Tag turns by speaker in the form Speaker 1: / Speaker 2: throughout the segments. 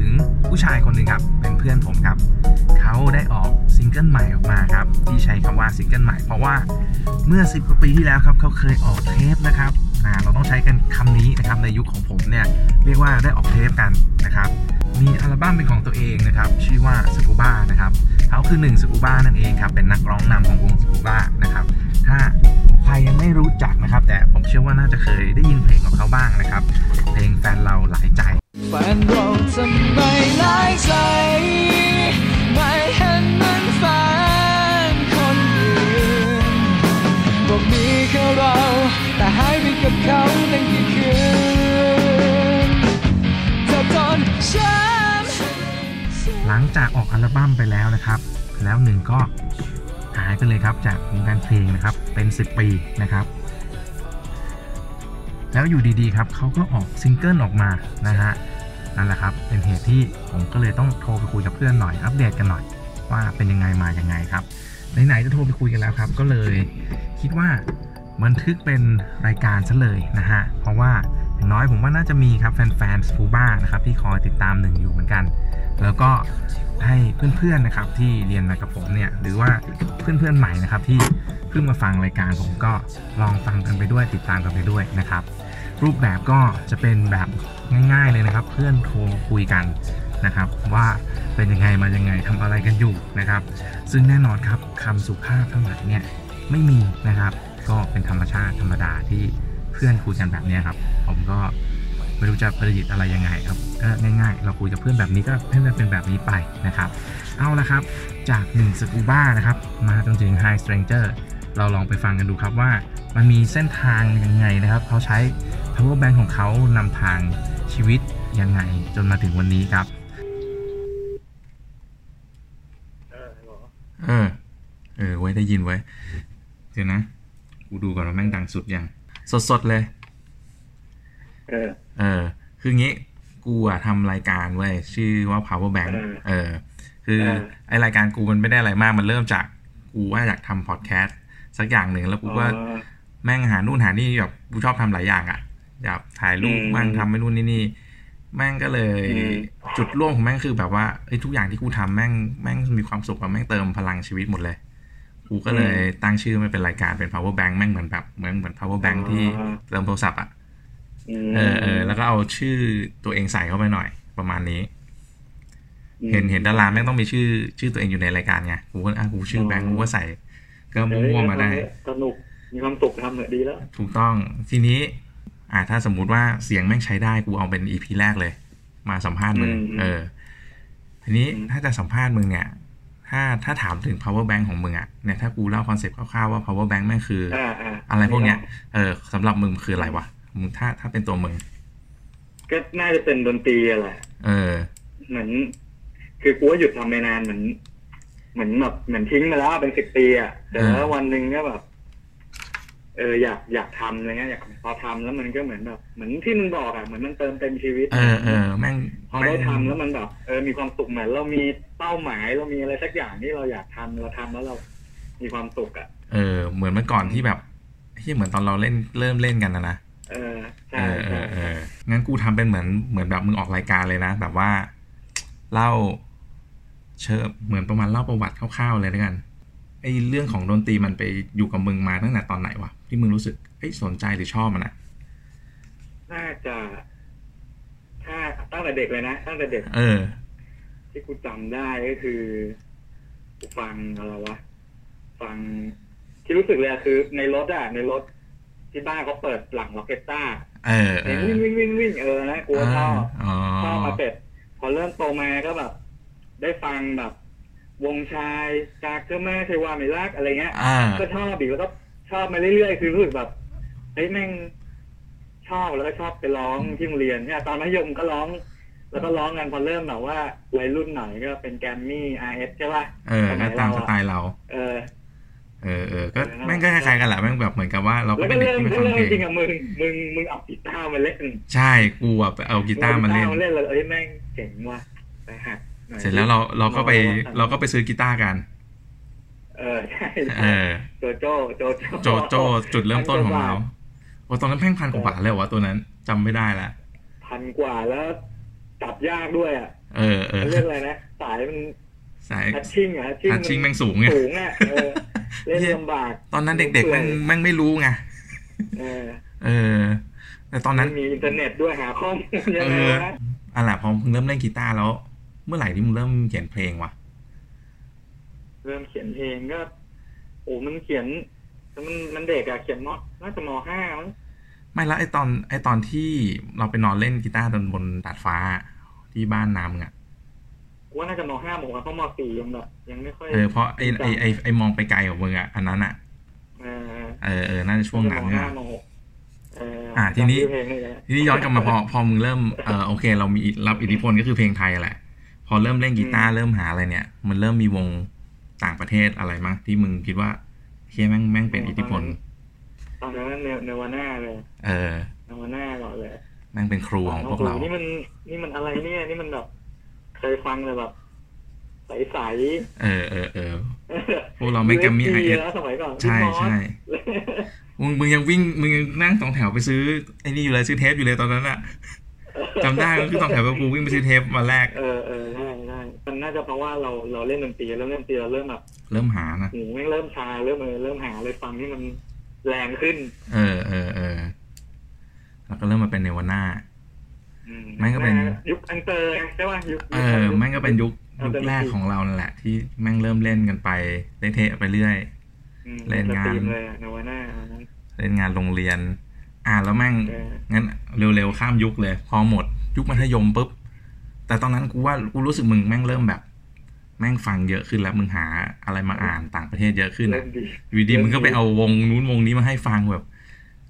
Speaker 1: ถึงผู้ชายคนหนึ่งครับ เป็นเพื่อนผมครับ เขาได้ออกซิงเกิลใหม่ออกมาครับ ที่ใช้คำว่าซิงเกิลใหม่เพราะว่าเมื่อ 10กว่าปีที่แล้วครับเขาเคยออกเทปนะครับอ่าเราต้องใช้กันคำนี้นะครับในยุคของผมเนี่ยเรียกว่าได้ออกเทปกันนะครับ มีอัลบั้มเป็นของตัวเองนะครับ ชื่อว่าสกูบ้านะครับเขาคือหนึ่งสกูบ้านั่นเองครับเป็นนักร้องนำของวงสกูบ้านะครับ ถ้าใครยังไม่รู้จักนะครับ แต่ผมเชื่อว่าน่าจะเคยได้ยินเพลงของเขาบ้างนะครับ เพลงแฟนเราหลายใจ
Speaker 2: แฟนเราทำไมหลายใจ ไม่เห็นเหมือนแฟนคนอื่นบอกมีแค่เรา แต่หายไปกับเขาตั้งกี่คืนเธอจนช้ำ
Speaker 1: หลังจากออกอัลบั้มไปแล้วนะครับ แล้วหนึ่งก็หายไปเลยครับจากวงการเพลงนะครับเป็น 10 ปีนะครับ แล้วอยู่ดีๆครับเขาก็ออกซิงเกิลออกมานะฮะนั่นแหละครับเป็นเหตุที่ผมก็เลยต้องโทรไปคุยกับเพื่อนหน่อยอัปเดตกันหน่อยว่าเป็นยังไงมายังไงครับไหนๆจะโทรไปคุยกันแล้วครับ ก็เลยคิดว่าบันทึกเป็นรายการซะเลยนะฮะเพราะว่าอย่างน้อยผมว่าน่าจะมีครับแฟนๆสปูบ้านะครับที่คอยติดตามหนึ่งอยู่เหมือนกัน แล้วก็ให้เพื่อนๆนะครับที่เรียนมากับผมเนี่ยหรือว่าเพื่อนๆใหม่นะครับที่เพิ่งมาฟังรายการผมก็ลองฟังกันไปด้วยติดตามกันไปด้วยนะครับ รูปแบบก็จะเป็นแบบง่าย ๆเลยนะครับ เพื่อนโทรคุยกันนะครับ ว่าเป็นยังไงมายังไงทำอะไรกันอยู่นะครับ ซึ่งแน่นอนครับคำสุภาพทั้งหลายเนี่ยไม่มีนะครับ ก็เป็นธรรมชาติธรรมดาที่เพื่อนคุยกันแบบเนี้ยครับ ผมก็ไม่รู้จะประดิษฐ์อะไรยังไงครับก็ง่ายๆ เราคุยกับเพื่อนแบบนี้ก็ให้มันเป็นแบบนี้ไปนะครับ เอาละครับ จาก1สกูบ้านะครับ มาจนถึง High Stranger เราลองไปฟังกันดูครับว่ามันมีเส้นทางยังไงนะครับ เขาใช้ power bank ของเขานำทางชีวิตยังไงจนมาถึงวันนี้ครับ
Speaker 3: เออเหรอ
Speaker 1: เออ เออ ไว้ได้ยินไว้ เดี๋ยวนะ กูดูก่อนว่าแม่งดังสุดยัง สดๆเลย
Speaker 3: เออ
Speaker 1: เออ คืองี้ กูอะทำรายการเว้ยชื่อว่า power bank
Speaker 3: เออ
Speaker 1: เออ คือ
Speaker 3: เออ
Speaker 1: ไอรายการกูมันไม่ได้อะไรมาก มันเริ่มจากกูว่าอยากทำพอดแคสต์สักอย่างหนึ่งแล้วกูก็
Speaker 3: อ๋อ
Speaker 1: แม่งหานู่นหานี่แบบกูชอบทำหลายอย่างอะอยากถ่ายรูป
Speaker 3: อืม
Speaker 1: บ้างทำไม่นู่นนี่นี่ แม่งก็เลย
Speaker 3: อืม
Speaker 1: จุดร่วมของแม่งคือแบบว่าเอ้ยทุกอย่างที่กูทำแม่งแม่งมีความสุขอะแม่งเติมพลังชีวิตหมดเลย กูก็เลยตั้งชื่อมันเป็นรายการเป็น power bank แม่งเหมือนแบบเหมือนเหมือน power bank ที่เติมโทรศัพท์อะ
Speaker 3: ม
Speaker 1: เออเออแล้วก็เอาชื่อตัวเองใส่เข้าไปหน่อยประมาณนี้
Speaker 3: อืม
Speaker 1: เห็นเห็นดาราแม่งต้องมีชื่อชื่อตัวเองอยู่ในรายการไงกูก็อ่ะกูชื่อแบงค์กูก็ใส่ ก็มั่วๆมาได้
Speaker 3: สนุก มีความสุขทำเนี่ยดีแล้ว
Speaker 1: ถูกต้องทีนี้ อ่าถ้าสมมุติว่าเสียงแม่งใช้ได้กูเอาเป็นอีพีแรกเลย มาสัมภาษณ์มึง
Speaker 3: อืมอืม
Speaker 1: เออ ทีนี้
Speaker 3: อืม
Speaker 1: ถ้าจะสัมภาษณ์มึงเนี่ย ถ้าถ้าถามถึง power bank ของมึงอะเนี่ยถ้ากูเล่าคอนเซปต์คร่าวๆว่า power bank แม่งคือ
Speaker 3: อ่าอ่า
Speaker 1: อะไรพวกเนี้ยเออสำหรับมึงคืออะไรวะมึงถ้าถ้าเป็นตัวมึง
Speaker 3: ก็น่าจะเป็นดนตรีอะไร
Speaker 1: เออ
Speaker 3: เหมือน คือกูว่าหยุดทำไปนานเหมือน เหมือนแบบเหมือนทิ้งมาแล้วเป็นสิบปีอ่ะแต่แล้ววันหนึ่งก็แบบ เอออยากอยากทำอะไรเงี้ยอยากพอทำแล้วมันก็เหมือนแบบเหมือนที่มึงบอกอ่ะเหมือนมันเติมเต็มชีวิต
Speaker 1: เออเออแม่ง
Speaker 3: พอได้ทำแล้วมันแบบเออมีความสุขเหมือนเรามีเป้าหมายเรามีอะไรสักอย่างที่เราอยากทำเราทำแล้วเรา มีความสุขอ่ะ
Speaker 1: เออ เหมือนเมื่อก่อนที่แบบที่เหมือนตอนเราเล่นเริ่มเล่นกันนะนะ
Speaker 3: เออ
Speaker 1: เอ
Speaker 3: ใช่
Speaker 1: อเอ
Speaker 3: ใช่
Speaker 1: อเอองั้นกูทำเป็นเหมือนเหมือนแบบมึงออกรายการเลยนะ แบบว่าเล่าเชิญเหมือนประมาณเล่าประวัติคร่าวๆเลยแล้วกันไอเรื่องของดนตรีมันไปอยู่กับมึงมาตั้งแต่ตอนไหนวะที่มึงรู้สึกเอ้ยสนใจหรือชอบมันอะ
Speaker 3: น่าจะถ้าตั้งแต่เด็กเลยนะตั้งแต่เด็ก
Speaker 1: เออ
Speaker 3: ที่กูจำได้ก็คือกูฟังอะไรวะฟังที่รู้สึกเลยอะคือ ในรถอะในรถที่บ้านเขาเปิดหลังล็อกเก็ตต้า
Speaker 1: เออเอ
Speaker 3: เห็น
Speaker 1: อ
Speaker 3: วิ่งวิ่งวิ่งวิ่งเออนะกูก็ชอบ
Speaker 1: อ๋อ
Speaker 3: ชอบมาเป็ดพอเริ่มโตมาก็แบบ ได้ฟังแบบ วงชายจากเจ้าแม่เทวาไมรักอะไรเงี้ย
Speaker 1: อ่า
Speaker 3: ก็ชอบอีกแล้วก็ชอบมาเรื่อยๆ คือรู้สึกแบบเฮ้ยแม่งชอบแล้วก็ชอบไปร้องที่โรงเรียนเนี่ยตอนมัธยมก็ร้อง แล้วก็ร้องกันพอเริ่มแบบว่าวัยรุ่นหน่อยก็เป็นแกรมมี่ไอเอสใช่ป่ะ
Speaker 1: เออ
Speaker 3: ส
Speaker 1: ก็
Speaker 3: ย
Speaker 1: ตามส
Speaker 3: เรอะ
Speaker 1: ไตล์เรา
Speaker 3: เออ
Speaker 1: เออเออก็แม่งก็คล้ายๆกันแหละแม่งแบบเหมือนกับว่าเราก็
Speaker 3: แล้ว
Speaker 1: เป็
Speaker 3: ก็
Speaker 1: นเด็ก
Speaker 3: เริ่ม
Speaker 1: ที่ไม่ฟั
Speaker 3: ก็
Speaker 1: ง
Speaker 3: เริ่ม
Speaker 1: เพล
Speaker 3: จริ
Speaker 1: ง
Speaker 3: งอะมึงมึงมึงเอากีตาร์มาเล่น
Speaker 1: ใช่กูแบบเอากีตาร์มาเล่น
Speaker 3: อเล่นเลยเอ้ยแม่งเจ๋งว่ะไปหัดหน่อย
Speaker 1: เสร็จแล้วเราเราก็ไปเราก็ไปซื้อกีตาร์กัน
Speaker 3: เออใช่
Speaker 1: เออ
Speaker 3: โจโจโจ
Speaker 1: โจ
Speaker 3: โจ
Speaker 1: โจจุดเริ่มต้นของเราโอ้ตอนนั้นแพ่งพันกว่าบาทเลยวะตัวนั้นจำไม่ได้ละ
Speaker 3: พันกว่าแล้วจับยากด้วยอ่ะ
Speaker 1: เอ เออเออ
Speaker 3: เรียกอะไรนะสายมัน
Speaker 1: ส าย
Speaker 3: ฮัตชิ่งอะฮัตชิ่ง
Speaker 1: ฮัตชิ่งแม่งสูงไง
Speaker 3: สูงอะเออเล่นลำบาก
Speaker 1: ตอนนั้นเด็กๆแม่งแม่งไม่รู้ไง
Speaker 3: เออ
Speaker 1: เออ แต่ตอน
Speaker 3: มั
Speaker 1: นั้น น
Speaker 3: มีอินเทอร์เน็ตด้วยหาข้อมูลยังไง
Speaker 1: เออ
Speaker 3: นะ
Speaker 1: อะล่ะพอมึงเริ่มเล่นกีตาร์แล้ว เมื่อไหร่ที่มึงเริ่มเขียนเพลงวะ
Speaker 3: เริ่มเขียนเพลงก็โอ้มันเขียนมันมันเด็กอะเขียนมอน่าจะมห้ามั้ง
Speaker 1: ไม่ละไอตอนไอตอนที่เราไปนอนเล่นกีตาร์บนบนดาดฟ้าที่บ้านน้ำมึงอะ
Speaker 3: กูว่าน่าจะมห้าโมงอะเพราะมสี่ยังแบบยังไม่ค่อย
Speaker 1: เออเพราะไอไอไอไอมองไปไกลของมึงอะอันนั้นอะ
Speaker 3: เออ
Speaker 1: เออเออน่าจะช่วงนั้น
Speaker 3: ม
Speaker 1: เนี่
Speaker 3: ห้าย มหกเออ
Speaker 1: อ่ะ
Speaker 3: อ่ะ
Speaker 1: ทีนี้
Speaker 3: เพลงเลย
Speaker 1: ทีนี้ย้อนกลับมาพอพอมึงเริ่มเออโอเค เรามีอิรับอิทธิพลก็คือเพลงไทยแหละ พอเริ่มเล่นกีตาร์เริ่มหาอะไรเนี่ย มันเริ่มมีวงต่างประเทศอะไรมั้งที่มึงคิดว่าเฮียแม่งแม่งเป็นอิทธิพล
Speaker 3: ตอนนั้นเนเนวาน่าเลย
Speaker 1: เออ
Speaker 3: เนวาน่าก่อนเลย
Speaker 1: แม่งเป็นครูของพวกเรา
Speaker 3: โโหนี่มันนี่มันอะไรเนี่ย นี่มันแบบเคยฟังเลยแบบใสใส
Speaker 1: เออเออเออ
Speaker 3: ๆ
Speaker 1: พวกเราไม่แกรม มี่
Speaker 3: USB
Speaker 1: IS
Speaker 3: แล้วสมัยก่อน
Speaker 1: ใช่
Speaker 3: พี่มอส
Speaker 1: ใช่ มึงมึงยังวิ่งมึงยังนั่งสองแถวไปซื้อไอ้นี่อยู่เลยซื้อเทปอยู่เลยตอนนั้นอะจำได้ก็คือสองแถวกับกูวิ่งไปซื้อเทปมาแรก
Speaker 3: เออเออใช่ใช่มันน่าจะเพราะว่าเราเราเล่นดนตรีแล้วเล่นดนตรีเราเริ่มแบบ
Speaker 1: เริ่มหานะ
Speaker 3: หูไม่งเริ่มชาเริ่มเลยเริ่มหาเลยฟังที่มันแรงขึ้น
Speaker 1: เออเออเออแล้วก็เริ่มมาเป็นเนวาน่า
Speaker 3: อื
Speaker 1: แม่งก็เป็น
Speaker 3: ยุคอังเตอร์ใช่ป่ะยุค
Speaker 1: เออแม่งก็เป็นยุคยุคแรกของเรานั่นแหละ ที่แม่งเริ่มเล่นกันไปเละเทะไปเรื่อย
Speaker 3: อืม
Speaker 1: เล่นงาน
Speaker 3: สตรีมเลยอะนาวาน่าอันนั้น
Speaker 1: เล่นงานโรงเรียน อ่าแล้วแม่ง
Speaker 3: เออ
Speaker 1: งั้นเร็วๆข้ามยุคเลย พอหมดยุคมัธยมปุ๊บแต่ตอนนั้นกูว่ากูรู้สึกมึงแม่งเริ่มแบบ แม่งฟังเยอะขึ้นแล้วมึงหาอะไรมาอ่านต่างประเทศเยอะขึ้น
Speaker 3: เล่
Speaker 1: อะ
Speaker 3: นดี
Speaker 1: อ ยู่ดีมึงก็ไปเอาวงนู้นวงนี้มาให้ฟังแบบ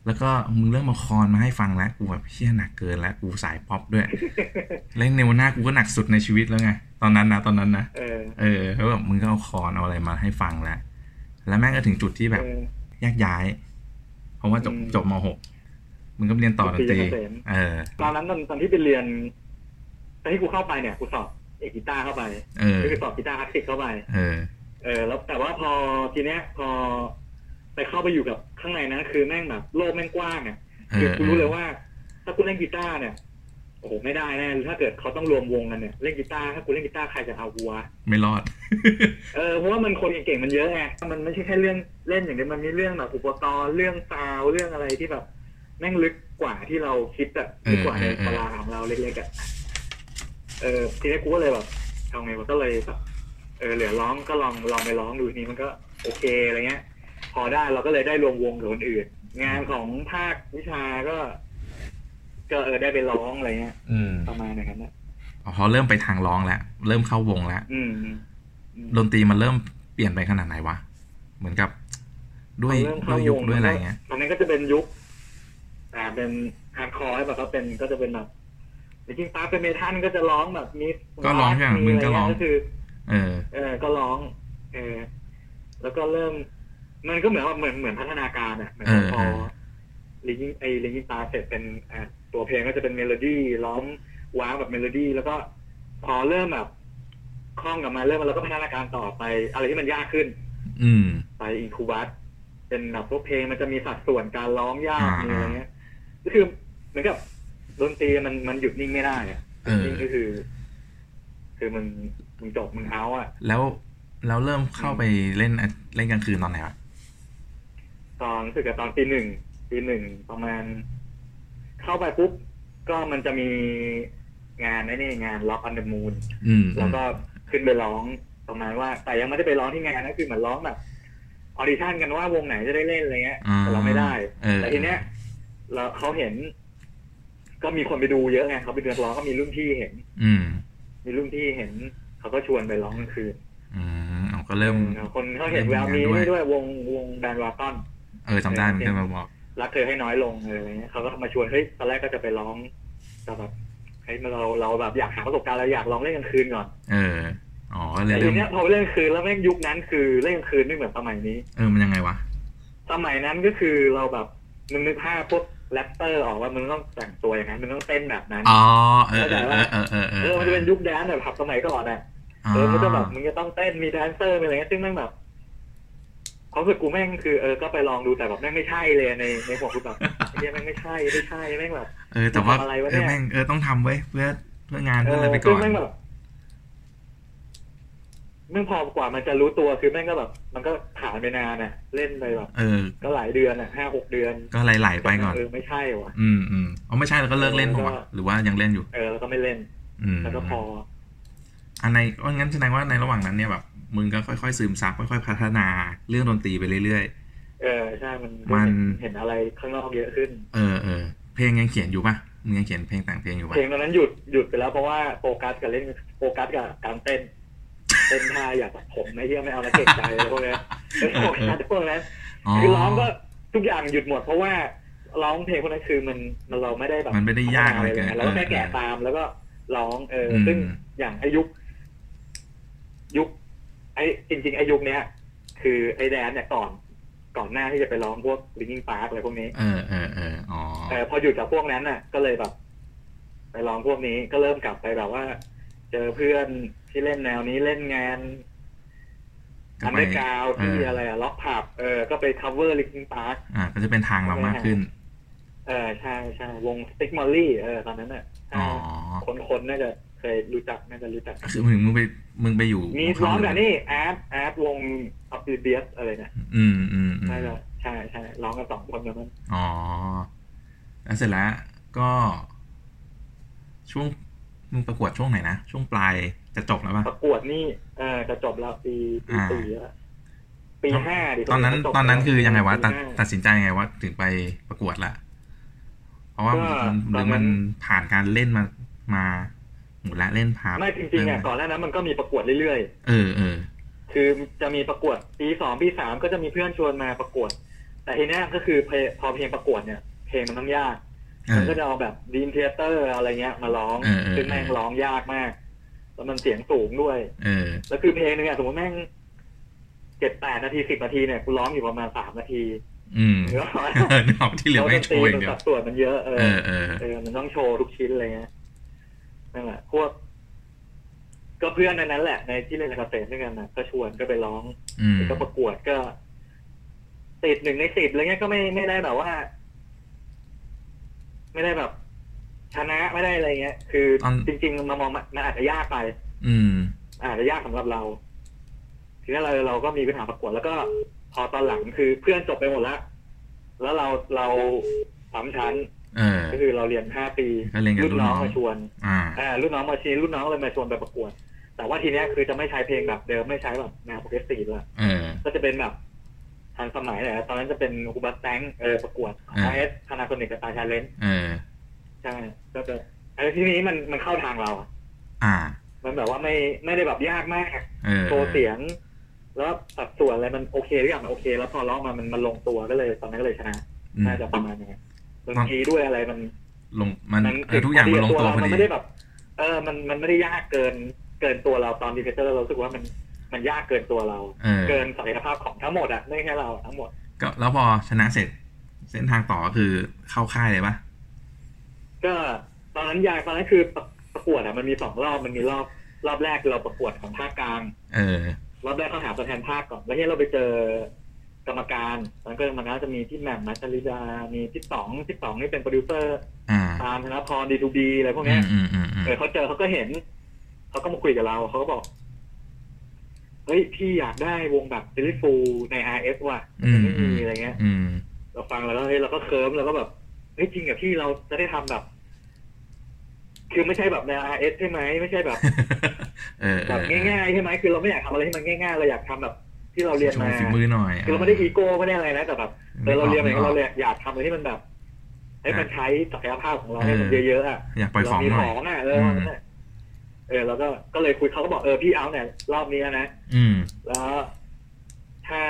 Speaker 1: แล้วก็มึงเริ่มมาคอนมาให้ฟังแล้วกูแบบเชี่ยหนักเกินแล้วกูสายป๊อปด้วย เล่นเนวาน่ากูก็หนักสุดในชีวิตแล้วไงตอนนั้นนะตอนนั้นนะ
Speaker 3: เออ
Speaker 1: เออแล้วแบบมึงก็เอาคอนเอาอะไรมาให้ฟังแล้ว แล้วแม่งก็ถึงจุดที่แบบ
Speaker 3: เออ
Speaker 1: แยกย้าย เพราะว่าจบ
Speaker 3: อืม
Speaker 1: จบมหกมึงก็ไปเรียนต่อดนตรี
Speaker 3: ดนตรีเกษม
Speaker 1: เออ
Speaker 3: ตอนนั้นตอนตอนที่ไปเรียนตอนที่กูเข้าไปเนี่ยกูสอบเอกกีตาร์เข้าไป
Speaker 1: เออ
Speaker 3: ก็คือสอบกีตาร์คลาสสิกเข้าไป
Speaker 1: เออ
Speaker 3: เออ แล้วแต่ว่าพอทีเนี้ย พอไปเข้าไปอยู่กับข้างในนะคือแม่งแบบโลกแม่งกว้างอ่ะ
Speaker 1: เอ
Speaker 3: คือ
Speaker 1: อ
Speaker 3: กูรู้เลยว่า ถ้ากูเล่นกีตาร์เนี่ยโอ้โหไม่ได้แน่ถ้าเกิดเขาต้องรวมวงกันเนี่ยเล่นกีตาร์ถ้ากูเล่นกีตาร์ใครจะเอาวัว
Speaker 1: ไม่รอด
Speaker 3: เออเพราะว่ามันคนเก่งๆมันเยอะไงมันไม่ใช่แค่เรื่องเล่นอย่างเดียวมันมีเรื่องแบบอุปกรณ์เรื่องซาวด์เรื่องอะไรที่แบบแม่งลึกกว่าที่เราคิดอะ
Speaker 1: เออ
Speaker 3: ลึกกว่าใน
Speaker 1: เออเออ
Speaker 3: ตารางของเราเล็กๆอะเออทีนี้กูก็เลยแบบทำไงวะก็เลยแบบเออเหลือร้องก็ลองลองไปร้องดูทีนี้มันก็โอเคอะไรเงี้ย พอได้เราก็เลยได้รวมวงกับคนอื่น งานของภาควิชาก็ ก็เออได้ไปร้องอะไรเงี้ย
Speaker 1: อืม
Speaker 3: ประมาณอย่างนั้นนะ
Speaker 1: พอเริ่มไปทางร้องแล้ว เริ่มเข้าวงแล้ว
Speaker 3: อืมอืม
Speaker 1: ดนตรีมันเริ่มเปลี่ยนไปขนาดไหนวะ เหมือนกับ ด้วย
Speaker 3: เริ่ม
Speaker 1: ด้
Speaker 3: เข้า
Speaker 1: วยยุคด้วยอะไรเงี้ย
Speaker 3: ตอนนั้นก็จะเป็นยุค อ่า เป็นฮาร์ดคอร์แบบก็เป็นก็จะเป็นแบบจริงๆป้าเป็นเมทัลก็จะร้องแบบมี
Speaker 1: ก็ร้องอย่างมึงก็ร้อง
Speaker 3: ก็คือ
Speaker 1: เออ
Speaker 3: เออ ก็ร้อง เออ แล้วก็เริ่ม มันก็เหมือนว่าเหมือนเหมือนพัฒนาการอ่ะเหมือนพอ
Speaker 1: เออเออ
Speaker 3: ลิงก์ไอ้ลิงก์ตาเสร็จเป็นอ่าตัวเพลงก็จะเป็นเมโลดี้ร้องว้างแบบเมโลดี้แล้วก็พอเริ่มแบบคล่องกับมาเริ่มแล้วก็พัฒนาการต่อไป อะไรที่มันยากขึ้น
Speaker 1: อืม
Speaker 3: ไปอินคูบัสเป็นแบบพวกเพลงมันจะมีสัดส่วนการร้องยาก
Speaker 1: อ่ามี
Speaker 3: มีอะไรเงี้ยก็คือเหมือนกับดนตรีมันมันหยุดนิ่งไม่ได้อะ
Speaker 1: เออ
Speaker 3: นิ่งก็คือ คือมึงมึงจบมึงเอาอ่ะ
Speaker 1: แล้วแล้วเริ่มเข้าไปเล่นเล่นกลางคืนตอนไหนวะ
Speaker 3: ตอนรู้สึกกับตอนปีหนึ่งปีหนึ่งประมาณ เข้าไปปุ๊บก็มันจะมีงานไอ้นี่งานล็อกอันเดอร์มูน
Speaker 1: อืม
Speaker 3: แล้วก็ขึ้นไปร้องประมาณว่า แต่ยังไม่ได้ไปร้องที่งานนะคือเหมือนร้องแบบออดิชั่นกันว่าวงไหนจะได้เล่นอะไรเงี้ยแต่เราไม่ได้ แต่ทีเนี้ยเราเขาเห็น ก็มีคนไปดูเยอะไงเขาไปเดือดร้องก็มีรุ่นพี่เห็น
Speaker 1: อืม
Speaker 3: มีรุ่นพี่เห็น เขาก็ชวนไปร้องกลางคืน
Speaker 1: อืมเอาก็เริ่ม
Speaker 3: คนเขาเห็นแววมีนี่ด้วยวงวงแบนด์วากอน
Speaker 1: เออจำได้มันก็มาบอก
Speaker 3: รักเธอให้น้อยลงอะไรเงี้ยเขาก็มาชวนเฮ้ยตอนแรกก็จะไปร้องแต่แบบเฮ้ยเราเราแบบอยากหาประสบการณ์เราอยากร้องเล่นกลางคืนก่อน
Speaker 1: เออ อ๋อก็เลย
Speaker 3: แต่
Speaker 1: เริ่
Speaker 3: ที
Speaker 1: ม
Speaker 3: เนี้ยพอเล่นกลางคืนแล้วแม่งยุคนั้นคือเล่นกลางคืนไม่เหมือนสมัยนี้
Speaker 1: เออ มันยังไงวะ
Speaker 3: สมัยนั้นก็คือเราแบบมึงนึกภาพพวกแรปเตอร์ออกว่ามึงต้องแต่งตัวอย่างนั้นมึงต้องเต้นแบบนั้น
Speaker 1: อ๋อ เออเออเออเออเออ
Speaker 3: เออ มันจะเป็นยุคแดนซ์แบบผับสมัยก่อนอ่ะ เออ มันจะแบบมึงจะต้องเต้น มีแดนเซอร์ มีอะไรเงี้ย ซึ่งแม่งแบบความรู้สึกกูแม่งคือเออ ก็ไปลองดูแต่แบบแม่งไม่ใช่เลยในในหัวกูแบบไอ้เนี้ยแม่งไม่ใช่ ไม่ใช่ แม่งแบบ
Speaker 1: เออ แต่ว่าเออแม่งเออต้องทำไว้เพื่อเพื่องาน
Speaker 3: เอ
Speaker 1: เพื่อ
Speaker 3: อ
Speaker 1: อะไรไปก่
Speaker 3: ซึ่
Speaker 1: อง น
Speaker 3: แม่งแบบ เมื่อพอกว่ามันจะรู้ตัวคือแม่งก็แบบ มันก็ผ่านไปนานอ่ะ เล่นไปแบบ
Speaker 1: เออ
Speaker 3: ก็หลายเดือนอ่ะห้าหกเดือน
Speaker 1: ก็ไหลๆไปก่อน
Speaker 3: เออไม่ใช่ว่ะ
Speaker 1: อืมอืมเอาไม่ใช่แล้วก็เลิกเล่นผมหรือว่ายังเล่นอยู่
Speaker 3: เออแล้วก็ไม่เล่น
Speaker 1: อืม
Speaker 3: แล้วก็พอ
Speaker 1: อันในว่างั้นแสดงว่าในระหว่างนั้นเนี่ยแบบมึงก็ค่อยๆซึมซับค่อยๆพัฒนาเรื่องดนตรีไปเรื่อย
Speaker 3: เออใช่มัน
Speaker 1: มัน
Speaker 3: เห็นอะไรข้างนอกเยอะขึ้น
Speaker 1: ๆเออเออเพลงยังเขียนอยู่ปะมึงยังเขียนเพลงแต่งเพลงอยู่ปะ
Speaker 3: เพลงตอนนั้นหยุดหยุดไปแล้วเพราะว่าโฟกัสกับเล่นโฟกัสกับการเต้นเต้นท่าอยากตัดผมไม่เที่ยไม่เอาแล้วเก่งใจอะไรพว กเนี้ยไม่โฟกัสพวกนั้น
Speaker 1: อ๋อ
Speaker 3: คือร้องก็ทุกอย่างหยุดหมดเพราะว่าร้องเพลงพวกนั้นคือมันมันเราไม่ได้แบบ
Speaker 1: มันไม่ได้ยากอะไรเกิน
Speaker 3: แล้วก็แค่แกะ
Speaker 1: เออ
Speaker 3: ตามแล้วก็ร้องเอออ
Speaker 1: ม
Speaker 3: ซึ่งอย่างไอายุคยุคไอจริง ๆ อายุคเนี้ย คือไอแดนเนี่ยก่อนก่อนหน้าที่จะไปร้องพวกลิงกิ้งพาร์คอะไรพวกนี้
Speaker 1: เออเออเอออ๋อ
Speaker 3: แต่พอหยุดจากพวกนั้นน่ะ ก็เลยแบบ ไปลองพวกนี้ก็เริ่มกลับไปแบบว่า เจอเพื่อนที่เล่นแนวนี้เล่นงาน
Speaker 1: ก็
Speaker 3: อัน
Speaker 1: ไป
Speaker 3: เดอร์กราวด์ที่
Speaker 1: เอออ
Speaker 3: อะไรอะล็อกผับเออ ก็ไป cover ลิ n กิ้งพาร์ค
Speaker 1: อ่าก็จะเป็นทางเรามากขึ้น
Speaker 3: เออใช่ใช่วงสติ๊กมอลลี่เออตอนนั้นน่ะถ้า
Speaker 1: อ๋อ
Speaker 3: คนคนๆน่าจะเคยรู้จักน่าจะรู้จัก
Speaker 1: คือมึงมึงไปมึงไปอยู่
Speaker 3: มี
Speaker 1: ขงเขา
Speaker 3: ร้อง
Speaker 1: เล
Speaker 3: กับ
Speaker 1: ย
Speaker 3: นี่แอดแอดวงอัปเบียสอะไรเนี่ย
Speaker 1: อืมอืมอืม
Speaker 3: น่าจะใช่ใช่ร้องกันสองคนกันมั้ง
Speaker 1: อ๋อแล้วเสร็จแล้วก็ ช่วงมึงประกวดช่วงไหนนะ ช่วงปลายจะจบแล้วป่ะ
Speaker 3: ประกวดนี่เออจะจบแล้วปีปี
Speaker 1: อ่า
Speaker 3: สี่แล้วปีห้าดิ
Speaker 1: ตอนนั้น
Speaker 3: จะจบ
Speaker 1: ตอนนั้นคือยังไงวะ
Speaker 3: ปี
Speaker 1: ตัด
Speaker 3: ห้า
Speaker 1: ตัดสินใจยังไงว่าถึงไปประกวดละเพราะว่า
Speaker 3: ก็
Speaker 1: มันหรื
Speaker 3: ต
Speaker 1: อ อน
Speaker 3: นั้
Speaker 1: มัน
Speaker 3: น
Speaker 1: ผ่านการเล่นมามาหมดละเล่นพา
Speaker 3: ไม่จริงๆอ่ะก่อนหน้านั้นมันก็มีประกวดเรื่อย
Speaker 1: เออเออ
Speaker 3: ๆ คือจะมีประกวดปีสองปีสามก็จะมีเพื่อนชวนมาประกวด แต่ทีเนี้ยก็คือเพลงพอเพลงประกวดเนี่ย เพลงมันต้องยาก
Speaker 1: เออ
Speaker 3: มันก็จะเอาแบบดีนเทเตอร์อะไรเงี้ยมาร้อง
Speaker 1: เออเออ
Speaker 3: ซึ่งแม่งร้องยากมาก แล้วมันเสียงสูงด้วย
Speaker 1: เออ
Speaker 3: แล้วคือเพลงหนึงอ่ะสมมติแม่งเจ็ดแปดนาทีสิบนาทีเนี่ยกูร้องอยู่ประมาณสามนาที
Speaker 1: อืม
Speaker 3: เนื้อหา
Speaker 1: เออนึกออกที่เหลือ
Speaker 3: เพราะ
Speaker 1: ไม่
Speaker 3: ด
Speaker 1: ง
Speaker 3: น
Speaker 1: โช
Speaker 3: ตรี
Speaker 1: ว์อ
Speaker 3: มั
Speaker 1: ย่างเดีย
Speaker 3: นสั
Speaker 1: ว
Speaker 3: ดส่วนมันเยอะเอ
Speaker 1: เอ
Speaker 3: อ
Speaker 1: อเออ
Speaker 3: เออ มันต้องโชว์ทุกชิ้นอะไรเงี้ยนั่นแหละ พวก ก็เพื่อนในนั้นแหละ ในที่เล่นกาเกษตรด้วยกันนะก็ชวนก็ไปร้อง
Speaker 1: อืม
Speaker 3: ก็ประกวดก็ ติดหนึ่งในสิบอะไรเงี้ยก็ไม่ไม่ได้แบบว่า ไม่ได้แบบ ชนะไม่ได้อะไรเงี้ย คือ
Speaker 1: ตอน
Speaker 3: จริง ๆมามองมันอาจจะยากไป
Speaker 1: อืม
Speaker 3: อาจจะยากสำหรับเรา ทีนี้เราเราก็มีปัญหาประกวดแล้วก็พอตอนหลังคือเพื่อนจบไปหมดละแล้วเราเราสามชั้น
Speaker 1: เออ
Speaker 3: ก็คือเราเรียนห้าปี
Speaker 1: ก็เรียนกับรุ่นน้อง
Speaker 3: มาชวน
Speaker 1: อ่า
Speaker 3: อ่ารุ่นน้องมาชวนรุ่นน้องเลยมาชวนไปประกวด แต่ว่าทีเนี้ยคือจะไม่ใช้เพลงแบบเดิมไม่ใช้แบบแนวโปรเกรสซีฟละ
Speaker 1: เออ
Speaker 3: ก็จะเป็นแบบทันสมัยหน่อยนะตอนนั้นจะเป็นอุบัติแตงเออประกวด
Speaker 1: อ่า
Speaker 3: ไอเอสธนาคนิกกับตาชาเลน
Speaker 1: เออ
Speaker 3: ใช่ก็จะไอ้ทีนี้มันมันเข้าทางเราอะ
Speaker 1: อ่า
Speaker 3: มันแบบว่าไม่ไม่ได้แบบยากมาก
Speaker 1: เออ
Speaker 3: โชว์เสียง แล้วสัดส่วนอะไรมันโอเคหรือยังมันโอเค แล้วพอร้องมามันมันลงตัวก็เลย ตอนนั้นก็เลยชนะ
Speaker 1: อืม
Speaker 3: น่าจะประมาณอย่างเงี้ยดนตรีด้วยอะไรมัน
Speaker 1: ลงมัน
Speaker 3: มัน
Speaker 1: เออทุกอย่างมันลงตัวพอ
Speaker 3: มั
Speaker 1: ดี
Speaker 3: ไม่ได้แบบ เออ มันมันไม่ได้ยากเกิน เกินตัวเราตอนดีเฟนเซอร์เรารู้สึกว่ามันมันยากเกินตัวเรา
Speaker 1: เออ
Speaker 3: เกินศักยภาพของทั้งหมดอ่ะไม่ใช่เราทั้งหมด
Speaker 1: ก็แล้วพอชนะเสร็จ เส้นทางต่อก็คือเข้าค่ายเลยปะ
Speaker 3: ก็ตอนนั้นยายตอนนั้นคือประประกวดอ่ะมันมีสองรอบมันมีรอบรอบแรกเราประกวดของภาคกลาง
Speaker 1: เออ
Speaker 3: รอบแรกเขาหาตัวแทนภาคก่อนแล้วที่เราไปเจอกรรมการตอนนั้นก็กรรมการจะมีพี่แหม่มมัชริดามีพี่ต๋องพี่ต๋องนี่เป็นโปรดิวเซอร์
Speaker 1: อ่า
Speaker 3: ตามธนพรดีทูบีอะไรพวก
Speaker 1: อื
Speaker 3: เนี้ย
Speaker 1: มอืมอืมอืม
Speaker 3: เออเขาเจอเขาก็เห็น เขาก็มาคุยกับเรา เขาก็บอก เฮ้ย พี่อยากได้วงแบบซิลิฟูใน RF ว่ะ
Speaker 1: อื
Speaker 3: มัน
Speaker 1: ม
Speaker 3: ไม่
Speaker 1: อื
Speaker 3: มี
Speaker 1: ม
Speaker 3: อะไรเงี้ย
Speaker 1: อืม
Speaker 3: เราฟังแล้วก็เฮ้ยเราก็เคิร์มเราก็แบบเฮ้ยจริงกับพี่เราจะได้ทำแบบ คือไม่ใช่แบบใน RF ใช่ไหมไม่ใช่แบบ
Speaker 1: เออ
Speaker 3: แบบง่ายๆใช่ไหมคือเราไม่อยากทำอะไรที่มันง่ายๆเราอยากทำแบบ ที่เราเรียน
Speaker 1: โช
Speaker 3: มา
Speaker 1: ว์ฝีมือหน่อย
Speaker 3: คือเราไม่ได้อีโก้ไม่ได้อะไรนะแต่แบบเออเราเรียนมาเรา
Speaker 1: เรี
Speaker 3: อยากทำอะไรที่มันแบบให้มันใช้ศักยภาพของเรา
Speaker 1: เออ
Speaker 3: ให้มันเยอะๆอ่ะ
Speaker 1: อยากปล่อยของ
Speaker 3: เรามี
Speaker 1: หน่
Speaker 3: ข
Speaker 1: อย
Speaker 3: องอ่ะเออ
Speaker 1: อืม
Speaker 3: วันนั้นน่ะเออ แล้วก็ก็เลยคุยเขาก็บอกเออพี่เอาเนี่ยรอบนี้แล้วนะ
Speaker 1: อืม
Speaker 3: แล้วถ้า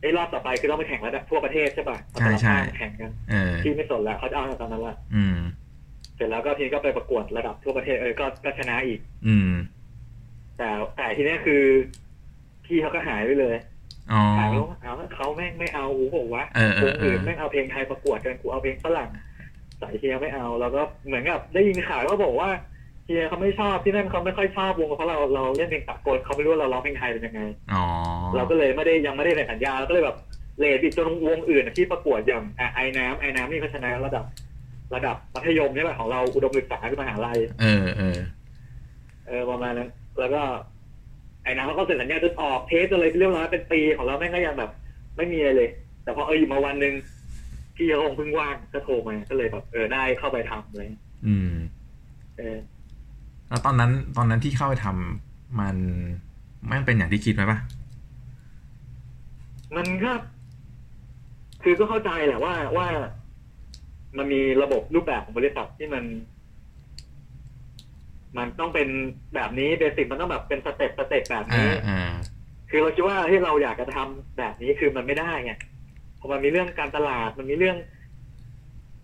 Speaker 3: ไอ้รอบต่อไปคือต้องไปแข่งระดับทั่วประเทศใช่ป่ะ
Speaker 1: ใช่ใช่
Speaker 3: เอาแต่ละภาคแข่งกัน
Speaker 1: เออ
Speaker 3: พี่ไม่สนแล้วเขาจะเอาตอนนั้นละ
Speaker 1: อืม
Speaker 3: เสร็จแล้วก็ทีนี้ก็ไปประกวดระดับทั่วประเทศเออก็ก็ชนะอีก
Speaker 1: อืม
Speaker 3: แต่แต่ทีเนี้ยคือ พี่เขาก็หายไปเลย
Speaker 1: อ๋อ
Speaker 3: หายไปแล้วเอาเขาแม่งไม่เอาอูบอกว่า
Speaker 1: เออเอ
Speaker 3: ว
Speaker 1: อง เอ
Speaker 3: อื่
Speaker 1: อน
Speaker 3: แม่งเอาเพลงไทยประกวดกันกูเอาเพลงฝรั่งสายเฮียไม่เอา แล้วก็เหมือนกับได้ยินข่าวก็บอกว่าเฮียเขาไม่ชอบที่นั่นเขาไม่ค่อยชอบวงเพราะเราเราเล่นเพลงสากลเขาไม่รู้ว่าเราร้องเพลงไทยเป็นยังไง
Speaker 1: อ๋อ
Speaker 3: เราก็เลยไม่ได้ยังไม่ได้ในสัญญาเราก็เลยแบบเลดอีกจนวงอื่นอะที่ประกวดอย่างอ่ะไอ้น้ำไอ้น้ำนี่เขาชนะระดับ ระดับมัธยมใช่ไหมของเราอุดมศึกษาคือมหาลัย
Speaker 1: เออเออ
Speaker 3: เออประมาณนั้นแล้วก็ไอ อ้นะเขาก็เซ็นสัญญาจนออกเทสอะไรเรียบร้อยเป็นปีของเราแม่งก็ยังแบบ ไม่มีอะไรเลย แต่พอเอออยู่มาวันหนึ่งพี่เขาคงเพิ่งว่างก็โทรมาก็เลยแบบเออได้เข้าไปทำเลย
Speaker 1: อืม
Speaker 3: เออ
Speaker 1: แล้วตอนนั้นตอนนั้นที่เข้าไปทำมันแม่งเป็นอย่างที่คิดไหมปะ
Speaker 3: มันก็คือก็เข้าใจแหละว่าว่ามันมีระบบรูปแบบของบริษัทที่มัน มันต้องเป็นแบบนี้เบสิกมันต้องแบบเป็นสเต็ปสเต็ปแบบ
Speaker 1: อ่า
Speaker 3: นี้
Speaker 1: อ่า
Speaker 3: คือเราคิดว่าที่เราอยากจะทำแบบนี้คือมันไม่ได้ไงเพราะมันมีเรื่องการตลาด มันมีเรื่อง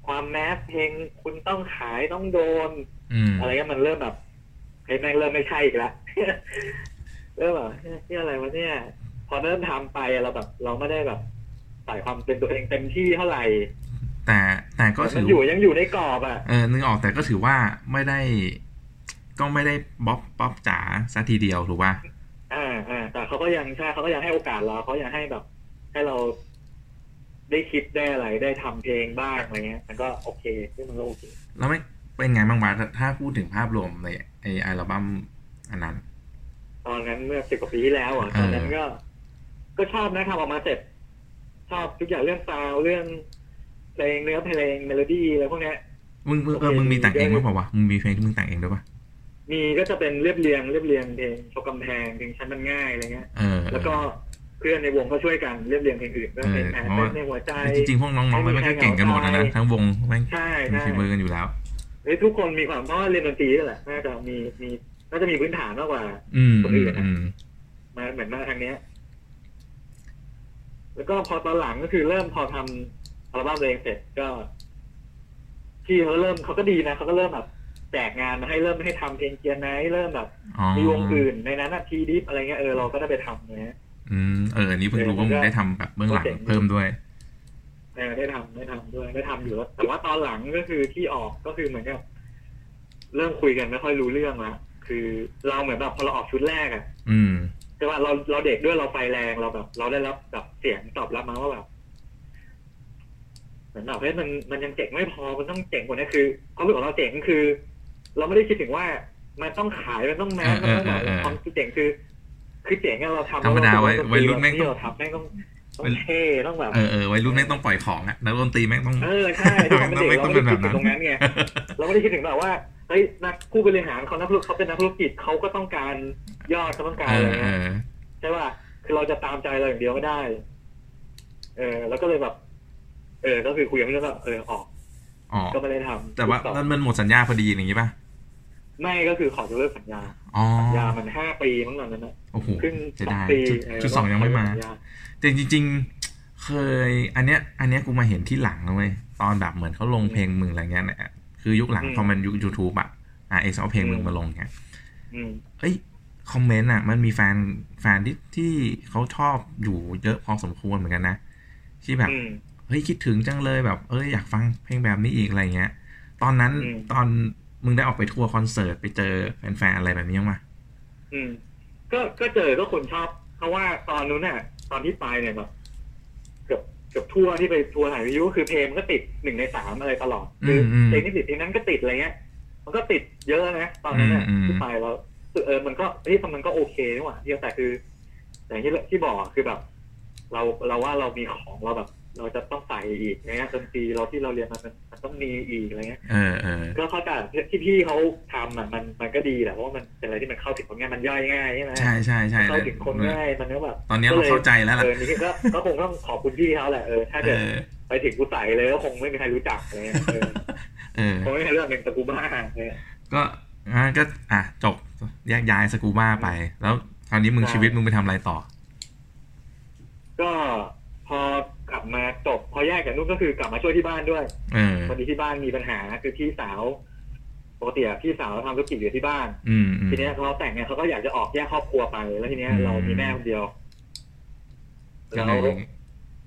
Speaker 3: ความแมสเพลงคุณต้องขายต้องโดน
Speaker 1: อืม
Speaker 3: อะไรเงี้ยมันเริ่มแบบเฮ้ยแม่งเริ่มไม่ใช่อีกแล้ว เริ่มแบบนี่อะไรวะเนี่ย พอเริ่มทำไปอะเราแบบ เราไม่ได้แบบใส่ความเป็นตัวเองเต็มที่เท่าไหร่
Speaker 1: แต่แต่ก็
Speaker 3: แต่
Speaker 1: ถื
Speaker 3: มั
Speaker 1: อ
Speaker 3: นอยู่ยังอยู่ในกรอบอ่ะ
Speaker 1: เออนึกออกแต่ก็ถือว่าไม่ได้ ก็ไม่ได้บ๊อบป๊อบจ๋าซะทีเดียวถูกป่ะ
Speaker 3: อ่าอ่าแต่เขาก็ยังใช่เขาก็ยังให้โอกาสเราเขายังให้แบบ ให้เราได้คิดได้อะไรได้ทำเพลงบ้างอะไรเงี้ย มันก็โอเคซึ่งมันก็โอเค
Speaker 1: แล้วไม่เป็นไงบ้างวะถ้าถ้าพูดถึงภาพรวมในไออัลบั้มอันนั้น
Speaker 3: ตอนนั้นเมื่อสิบกว่าปีที่แล้วอ่ะ
Speaker 1: อ่า
Speaker 3: ตอนนั้นก็ ก็ชอบนะทำออกมาเสร็จ ชอบทุกอย่างเรื่องซาวด์เรื่องเพลงเนื้อเพลงเมโลดี้อะไรพวกเนี้ย
Speaker 1: มึงมึงเออ
Speaker 3: โอเค
Speaker 1: มึงมีแต่งเองมั้างเปล่าวะมึงมีเพลงที่มึงแต่งเองด้วยป่ะ
Speaker 3: มีก็จะเป็นเรียบเรียงเรียบเรียงเพลงชกกำแพงเพลงชั้นมันง่ายอะไรเงี้ย
Speaker 1: เออเออ
Speaker 3: แล้วก็เพื่อนในวงก็ช่วยกันเรียบเรียงเพลงอื่นก็เพลง
Speaker 1: เออ
Speaker 3: แผล
Speaker 1: เพราะว่า
Speaker 3: ในหัวใจ
Speaker 1: จริงๆพวกน้องๆมันก็เก่งกันหมดนะนะทั้งวงแม่ง
Speaker 3: ใช่
Speaker 1: มี
Speaker 3: ใช่
Speaker 1: ฝีมือกันอยู่แล้ว
Speaker 3: เฮ้ยทุกคนมีความเพราะว่าเรียนดนตรีนั่นแหละน่าจะมีมีน่าจะมีพื้นฐานมากกว่า
Speaker 1: อืม
Speaker 3: คน
Speaker 1: อื
Speaker 3: อื่
Speaker 1: ม
Speaker 3: นอะ
Speaker 1: อืม
Speaker 3: มาเหมือนมาทางเนี้ย แล้วก็พอตอนหลังก็คือเริ่มพอทำอัลบั้มตัวเองเสร็จก็พี่เขาเริ่มเขาก็ดีนะเขาก็เริ่มแบบแจกงานมาให้เริ่มให้ทำเพลงเกียร์ไนท์เริ่มแบบ
Speaker 1: อ๋อ
Speaker 3: มีวงอื่นในนั้นอะทีดิฟอะไรเงี้ยเออเราก็ได้ไปทำนะฮะ
Speaker 1: อืมเอออันนี้เพิ่งรู้ว่ามึงได้ทำแบบเบื้องหลัง
Speaker 3: โปรเจกต์
Speaker 1: เพิ่มด้วย
Speaker 3: เออได้ทำได้ทำด้วยได้ทำอยู่แล้วแต่ว่าตอนหลังก็คือที่ออกก็คือเหมือนกับเริ่มคุยกันไม่ค่อยรู้เรื่องละคือเราเหมือนแบบพอเราออกชุดแรกอะ
Speaker 1: อืม
Speaker 3: แต่ว่าเราเราเด็กด้วยเราไฟแรงเราแบบ เราได้รับแบบเสียงตอบรับมาว่าแบบเหมือนแบบเฮ้ยมันมันยังเจ๋งไม่พอมันต้องเจ๋งกว่านี้คือความรู้สึกของเราเจ๋งคือ เราไม่ได้คิดถึงว่า มันต้องขายมันต้องแมส
Speaker 1: เออ
Speaker 3: มันต้อง
Speaker 1: เอ
Speaker 3: แบบ
Speaker 1: อเออ
Speaker 3: ความเจ๋งคือ คือเจ๋งอะเราทำ
Speaker 1: ธรรมดา
Speaker 3: เ
Speaker 1: วัยรุ่นแม่ง
Speaker 3: ที่เราทำแม่งต้องต้องเท่ต้องแบบ
Speaker 1: เออเออวัยรุ่นแม่งต้องปล่อยของอะนักดนตรีแม่งต้อง
Speaker 3: เออใช่ที่ความเป็น
Speaker 1: ไม่
Speaker 3: เด็
Speaker 1: ต้
Speaker 3: ก
Speaker 1: องไม่ต้องเป็นแบบ
Speaker 3: เราไม่ได้คิดถึง
Speaker 1: นั้น
Speaker 3: ตรงนั้นไงเราไม่ได้คิดถึงแบบว่าเฮ้ยนักผู้บริหารเขานักธุรกิจเขาเป็นนักธุรกิจเขาก็ต้องการยอดเขาต้องการ
Speaker 1: เอ
Speaker 3: อะไร
Speaker 1: อเอ
Speaker 3: เง
Speaker 1: อ
Speaker 3: ี้ยใช่ป่ะ คือเราจะตามใจเราอย่างเดียวไม่ได้ เออ แล้วก็เลยแบบ เออ ก็คือคุยกันไม่รู้ก็เออ ออก
Speaker 1: อ๋อ
Speaker 3: ก็ไม่ได้ทำ
Speaker 1: แต่ว่า
Speaker 3: ต่อ
Speaker 1: นั่นมันหมดสัญญาพอดีอย่างงี้ป่ะ
Speaker 3: ไม่ก็คือขอยกเลิกสัญญา
Speaker 1: อ๋อ
Speaker 3: สัญญามันห้าปีมั้งตอนนั้นนะ
Speaker 1: โอ้โห
Speaker 3: ครึ่ง
Speaker 1: เสีย
Speaker 3: สอง
Speaker 1: ดาย
Speaker 3: ปี
Speaker 1: จุด
Speaker 3: เ
Speaker 1: จุดสองยังไม่มา
Speaker 3: สัญญ
Speaker 1: แต่จริงๆ เคย อันเนี้ย อันเนี้ยกูมาเห็นที่หลังนะเว้ย ตอนแบบเหมือนเขาลงเพลงมึงอะไรเงี้ยนะคือยุคหลังพอมันยุคยูทูบอะอ่ะเอ็กซ์เอาเพลงมึงมาลงเงี้ย
Speaker 3: อืม
Speaker 1: เอ้ยคอมเมนต์อ่ะมันมีแฟนแฟนที่ที่เขาชอบอยู่เยอะพอสมควรเหมือนกันนะที่แบบ
Speaker 3: อืม
Speaker 1: เฮ้ยคิดถึงจังเลยแบบเอ้ยอยากฟังเพลงแบบนี้อีกอะไรเงี้ย ตอนนั้น
Speaker 3: อืม
Speaker 1: ตอนมึงได้ออกไปทัวร์คอนเสิร์ตไปเจอแฟนๆอะไรแบบนี้ยังมา
Speaker 3: อืม ก็ ก็เจอก็คนชอบ เพราะว่าตอนนู้นน่ะ ตอนที่ไปเนี่ยแบบเกือบเกือบทั่วที่ไปทัวร์ถ่ายวิทยุก็คือเพลงมันก็ติดหนึ่งในสามอะไรตลอด
Speaker 1: อื
Speaker 3: คือ
Speaker 1: มอืม
Speaker 3: เพลงที่ติดเพลงนั้นก็ติดอะไรเงี้ย มันก็ติดเยอะนะตอนนั้นน่ะ
Speaker 1: อืมอืม
Speaker 3: ที่ไปแล้วรู้สึกเออมันก็เฮ้ยมันก็โอเคนี่หว่าเดียวแต่คือ อย่างที่ที่บอกอะคือแบบ เราเราว่าเรามีของเราแบบ เราจะต้องใส่อีกนะดนตรีเราที่เราเรียนมามันมันต้องมีอีกอะไรเงี้ย
Speaker 1: เออเออ
Speaker 3: ก็เข้าใจที่พี่เขาทำอ่ะมันมันก็ดีแหละเพราะว่ามันเป็นอะไรที่มันเข้าถึงคนง่ายมันย่อยง่ายใช่ไหม
Speaker 1: ใช่ใช่ใช่
Speaker 3: เข้าถึงคนง่ายมันก็แบบ
Speaker 1: ตอนเนี้ยเราเข้าใจแล้วล่ะ
Speaker 3: เออนี่ก็ก็คงต้องขอบคุณพี่เขาแหละเออถ้า
Speaker 1: เอ
Speaker 3: เกิด
Speaker 1: อ
Speaker 3: ไปถึงกูใส่เลยก็คงไม่มีใครรู้จักอะไรเลย เออ
Speaker 1: เออ
Speaker 3: คงไม่ใช่เรื่องหนึ่งแต่กูบ้าเลย
Speaker 1: ก็อ่ะก็อ่ะจบแยกย้ายสกูบ้าไป แล้วคราวนี้มึงชีวิตมึงไปทำอะไรต่อ
Speaker 3: ก็พอกลับมาจบพอแยกกับนุ่นก็คือกลับมาช่วยที่บ้านด้วย
Speaker 1: เออ
Speaker 3: พอดีที่บ้านมีปัญหาคือพี่สาวปกติอะพี่สาวทำธุรกิจอยู่ที่บ้าน
Speaker 1: อืมอืม
Speaker 3: ทีเนี้ยเขาแต่งเนี่ยเขาก็อยากจะออกแยกครอบครัวไปแล้วทีเนี้ย
Speaker 1: อืม
Speaker 3: เรามีแม่คนเดียว
Speaker 1: ก็
Speaker 3: แล้ว
Speaker 1: เลย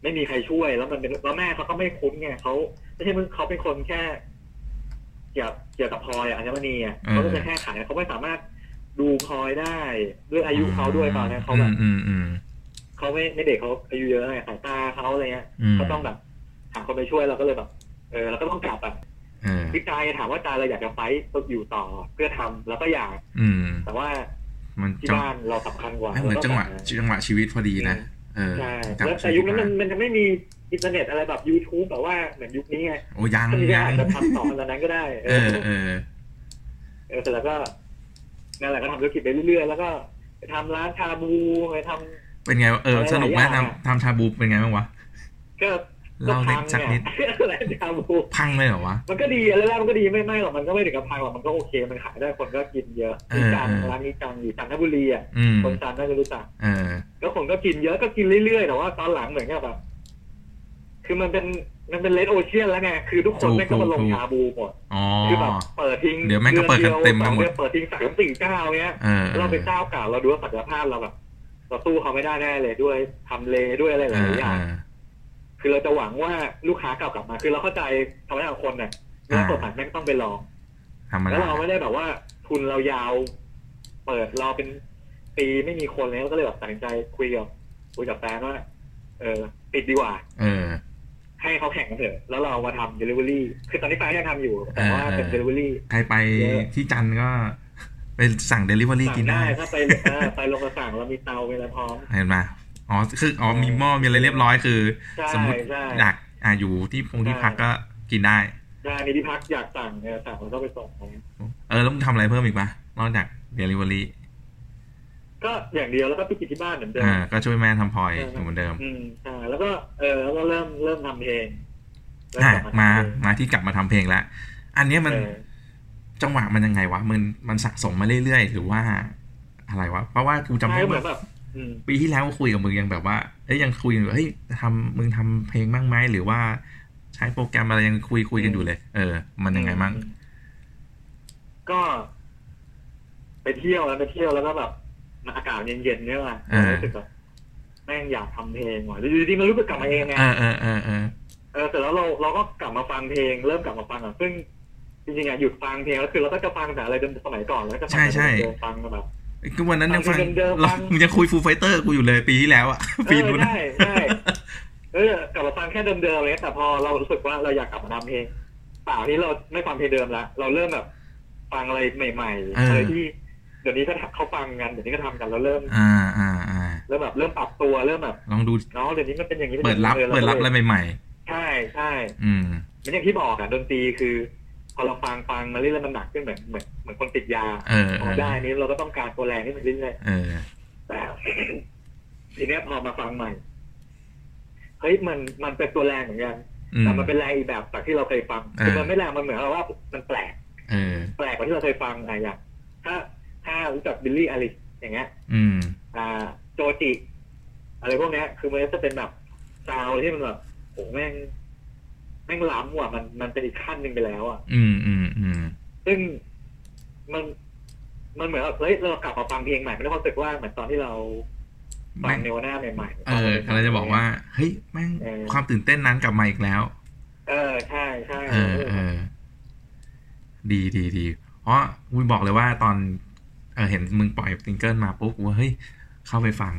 Speaker 3: ไม่มีใครช่วย แล้วมันเป็นแล้วแม่เขาก็ไม่คุ้นไงเขาไม่ใช่มึงเขาเป็นคนแค่ เกี่ยวเกี่ยวกับพลอยอะอัญมณีอะเขาก็จะแค่ขายเขาไม่สามารถดูพลอยได้ด้วยอายุเขาด้วยตอนนั้นเขาแบบ
Speaker 1: อืมอืม
Speaker 3: เขาไม่ไม่เด็กเขาอายุเยอะไงสายตาเขาอะไรเงี้ย
Speaker 1: อืม
Speaker 3: เขาต้องแบบหาคนไปช่วยเราก็เลยแบบ เออเราก็ต้องกลับอะ
Speaker 1: เออ
Speaker 3: คือใจถามว่าใจเราอยากจะไฟต์อยู่ต่อเพื่อทำแล้วก็อยาก
Speaker 1: อืม
Speaker 3: แต่ว่า
Speaker 1: มัน
Speaker 3: ที่
Speaker 1: จัง
Speaker 3: บ้านเราสำคัญกว่า
Speaker 1: มันเหมือนจังหวะจังหวะชีวิตพอดีนะเออ
Speaker 3: ใช่
Speaker 1: จังห
Speaker 3: แล้ว
Speaker 1: วะ
Speaker 3: แต่
Speaker 1: ชี
Speaker 3: ยุ
Speaker 1: วิ
Speaker 3: ค
Speaker 1: ต
Speaker 3: นั้น
Speaker 1: มา
Speaker 3: มันมันจะไม่มีอินเทอร์เน็ตอะไรแบบ YouTube แบบว่าเหมือนยุคนี้ไง
Speaker 1: โอ้ยัง
Speaker 3: ก็เลย
Speaker 1: ยั
Speaker 3: อาจจะ
Speaker 1: ง
Speaker 3: ทำต่อตอนนั้นก็ได้
Speaker 1: เออเออ
Speaker 3: เออเสร็จแล้วก็นั่นแหละก็ทำธุรกิจไปเรื่อยๆ แล้วก็ไปทำร้านชาบูไปทำ
Speaker 1: เป็นไงวะเออ
Speaker 3: เออ
Speaker 1: สนุกไหม
Speaker 3: หลายอย่าง
Speaker 1: ทำทำชาบูเป็นไงบ้างวะ
Speaker 3: ก็
Speaker 1: เล่าเล็กสักนิด
Speaker 3: ก็พังเนี่ยร้านชาบู
Speaker 1: พังเลยเหรอวะ
Speaker 3: มันก็ดีอะไรแรกๆมันก็ดีไม่ไม่หรอกมันก็ไม่ถึงกับพังหรอกมันก็โอเค มันขายได้คนก็กินเยอะ
Speaker 1: เออ
Speaker 3: ที่จันทร์
Speaker 1: เออ
Speaker 3: ร้านนี้จังอยู่จันทบุรีอ่ะ
Speaker 1: อืม
Speaker 3: คนจันทร์น่าจะรู้จัก
Speaker 1: เออ
Speaker 3: แล้วคนก็กินเยอะก็กินเรื่อยๆแต่ว่าตอนหลังเหมือนกับแบบคือมันเป็นมันเป็นเลดโอเชียนแล้วไงคือทุกคน
Speaker 1: ถูก
Speaker 3: ไม่งก็มาลง
Speaker 1: ถูก
Speaker 3: ชาบูหมด
Speaker 1: อ๋อ
Speaker 3: คือแบบเปิดทิ้ง
Speaker 1: เดี๋ยวแม่งก็เปิดกันเต็มไปหมด
Speaker 3: ดือนยวสองดือนเปิดทิ้งสามสี่เจ้าเนี้ย
Speaker 1: เออเออ
Speaker 3: เราเป็นเจ้าเก่าเราดูว่าศักยภาพเราแบบเราสู้เขาไม่ได้แน่เลยด้วยทำเลด้วยอะไรห
Speaker 1: เอ
Speaker 3: ลา
Speaker 1: อย
Speaker 3: ๆอ
Speaker 1: เอย่าง อ
Speaker 3: คือเราจะหวังว่าลูกค้าเก่ากลับมา คือเราเข้าใจธรรมชาติของคนเนี่ย
Speaker 1: อ่า
Speaker 3: แล้วกฎหมายแม่งต้องไปลอง
Speaker 1: ธรรม
Speaker 3: แล้ว
Speaker 1: ดา
Speaker 3: เราไม่ได้แบบว่า ทุนเรายาว เปิดรอเป็นปีไม่มีคนเลยเราก็เลยแบบตัดสินใจคุยกับคุยกับแฟนว่า เออปิดดีกว่า
Speaker 1: เออ
Speaker 3: ให้เขาแข่งกันเถอะ แล้วเรามาทำ delivery คือตอนนี้แฟนยังทำอยู่ แต่ว่าเป็น
Speaker 1: เออเออ
Speaker 3: delivery
Speaker 1: ใครไปที่จันทร์ก็ ไปสั่งเดลิเวอรี่
Speaker 3: สั่
Speaker 1: กิน
Speaker 3: ง
Speaker 1: ได้
Speaker 3: ได้ถ้าไปเออไปลงมาสั่งเรามีเตามีอะไรพร้อม
Speaker 1: เห็นไหมอ๋อ คือ อ๋อ มีหม้อ มีอะไรเรียบร้อย คือ
Speaker 3: ใช่
Speaker 1: สมมติ
Speaker 3: ใช่
Speaker 1: อยากอ่าอยู่ที่พงที่
Speaker 3: ใช่
Speaker 1: พักก็กินได้
Speaker 3: ได้ในที่พักอยากสั่งเนี่ยสั่งแล้วก็ไปส่งอะไรเงี้ย
Speaker 1: เออ แล้วมึงทำอะไรเพิ่มอีกปะนอกจากเดลิเวอรี่
Speaker 3: ก็อย่างเดียวแล้วก็ไปกินที่บ้านเหมือนเดิม
Speaker 1: อ่า ก็ช่วยแม่ทำพลอย
Speaker 3: ใช่
Speaker 1: อยู่เหมือนเดิม
Speaker 3: อืมอ่าแล้วก็เออแล้วก็เริ่มเริ่มทำเองเริ่
Speaker 1: อ่ะ
Speaker 3: กลับ
Speaker 1: มา
Speaker 3: ทำเอง
Speaker 1: มาที่กลับมาทำเพลงละ อันเนี้ยมัน
Speaker 3: เออ
Speaker 1: จังหวะมันยังไงวะ มันมันสะสมมาเรื่อยๆ หรือว่าอะไรวะ เพราะว่ากูจำ
Speaker 3: ใช่
Speaker 1: ได้
Speaker 3: เหมื
Speaker 1: ว่า
Speaker 3: อนแบบอืม
Speaker 1: ปีที่แล้วกูคุยกับมึงยังแบบว่า เอ้ยยังคุยกันอยู่เฮ้ยทำมึงทำเพลงบ้างไหมหรือว่าใช้โปรแกรมอะไรยังคุยคุยกันอยู่เลย เออ มันยังไงบ้าง
Speaker 3: ก็ ไปเที่ยวแล้วไปเที่ยวแล้วก็แบบมันอากาศเย็นๆเนี่ยว่ะรู้สึกแบบแม่งอยากทำเพลงว่ะอยู่ดีๆมันรู้สึกกลับมาเองไง
Speaker 1: เออเออเออเออ
Speaker 3: เออเสร็จแล้วเราเราก็กลับมาฟังเพลง เริ่มกลับมาฟังอ่ะซึ่งจริงๆอ่ะหยุดฟังเพลงแล้วคือเราก็จะฟังแต่อะไรเดิมสมัยก่อนแล้วก็ฟัง
Speaker 1: ใช่
Speaker 3: แต่
Speaker 1: ใช่
Speaker 3: เดิมๆฟังแบบ
Speaker 1: ก็วันนั้นยังฟัง
Speaker 3: ฟังเพลงเดิมๆ
Speaker 1: เรา
Speaker 3: ฟัง
Speaker 1: มึงจะคุยฟูลไฟเตอร์กูอยู่เลยปีที่แล้วอ่ะ
Speaker 3: เอ
Speaker 1: ปี
Speaker 3: อ
Speaker 1: นู้นอะ
Speaker 3: ใช่ใช่เออกลับมาฟังแค่เดิมๆอะไรเลยแต่พอเรารู้สึกว่าเราอยากกลับมาทำเพลงเปล่าที่เราไม่ฟังเพลงเดิมละเราเริ่มแบบ ฟังอะไรใหม่ๆอะไรที่เดี๋ยวนี้ก็เขาฟังกันเดี๋ยวนี้ก็ทำกันแล้วเริ่ม
Speaker 1: อ่าอ่าอ่า
Speaker 3: เริ่มแบบเริ่มปรับตัวเริ่มแบบ
Speaker 1: ลองดู
Speaker 3: เนาะเดี๋ยวนี้มันเป็นอย่างนี้
Speaker 1: เปิดรับ
Speaker 3: ออ
Speaker 1: เปิดรับอะไรใหม่
Speaker 3: ใช่ใช่
Speaker 1: ๆอืม
Speaker 3: เหมันอย่างที่บอกอะดนตรีคือ พอเราฟังฟังมาเรื่อยๆมันหนักขึ้นเหมือนเหมือนเหมือนคนติดยา
Speaker 1: เออเออ
Speaker 3: พอได้นี้เราก็ต้องการตัวแรงที่มันเรื่อย
Speaker 1: เออ
Speaker 3: ๆแต่ ทีเนี้ยพอมาฟังใหม่เฮ้ยมันมันเป็นตัวแรงเหมือนกัน
Speaker 1: อืม
Speaker 3: แต่มันเป็นแรงอีกแบบจากที่เราเคยฟัง
Speaker 1: เออ
Speaker 3: คือมันไม่แรงมันเหมือนกับว่ามันแปลก
Speaker 1: เออ
Speaker 3: แปลกกว่าที่เราเคยฟังอะไรอย่างถ้าถ้ารู้จักบิลลี่อลิสอย่างเงี้ย
Speaker 1: อืม
Speaker 3: อ่าโจจิอะไรพวกเนี้ย คือมันจะเป็นแบบซาวด์ที่มันแบบโหแม่งแม่งล้ำว่ะมันมันเป็นอีกขั้นหนึ่งไปแล้วอ่ะ
Speaker 1: อืมอืมอืม
Speaker 3: ซึ่งมันมันเหมือนแบบเฮ้ยเรากลับมาฟังเพลงใหม่ไม่ได้ความรู้สึกว่าเหมือนตอนที่เราฟั
Speaker 1: แม่
Speaker 3: ง
Speaker 1: ง
Speaker 3: เนวหน้าใหม่ๆ
Speaker 1: เออกำลังจะบอกว่า เฮ้ย แม่งความตื่นเต้นนั้นกลับมาอีกแล้ว
Speaker 3: เออใช่ใช่
Speaker 1: เออเออ ดีดีดีเพราะกูบอกเลยว่าตอน เออเห็นมึงปล่อยซิงเกิลมาปุ๊บกูว่าเฮ้ย เข้าไปฟัง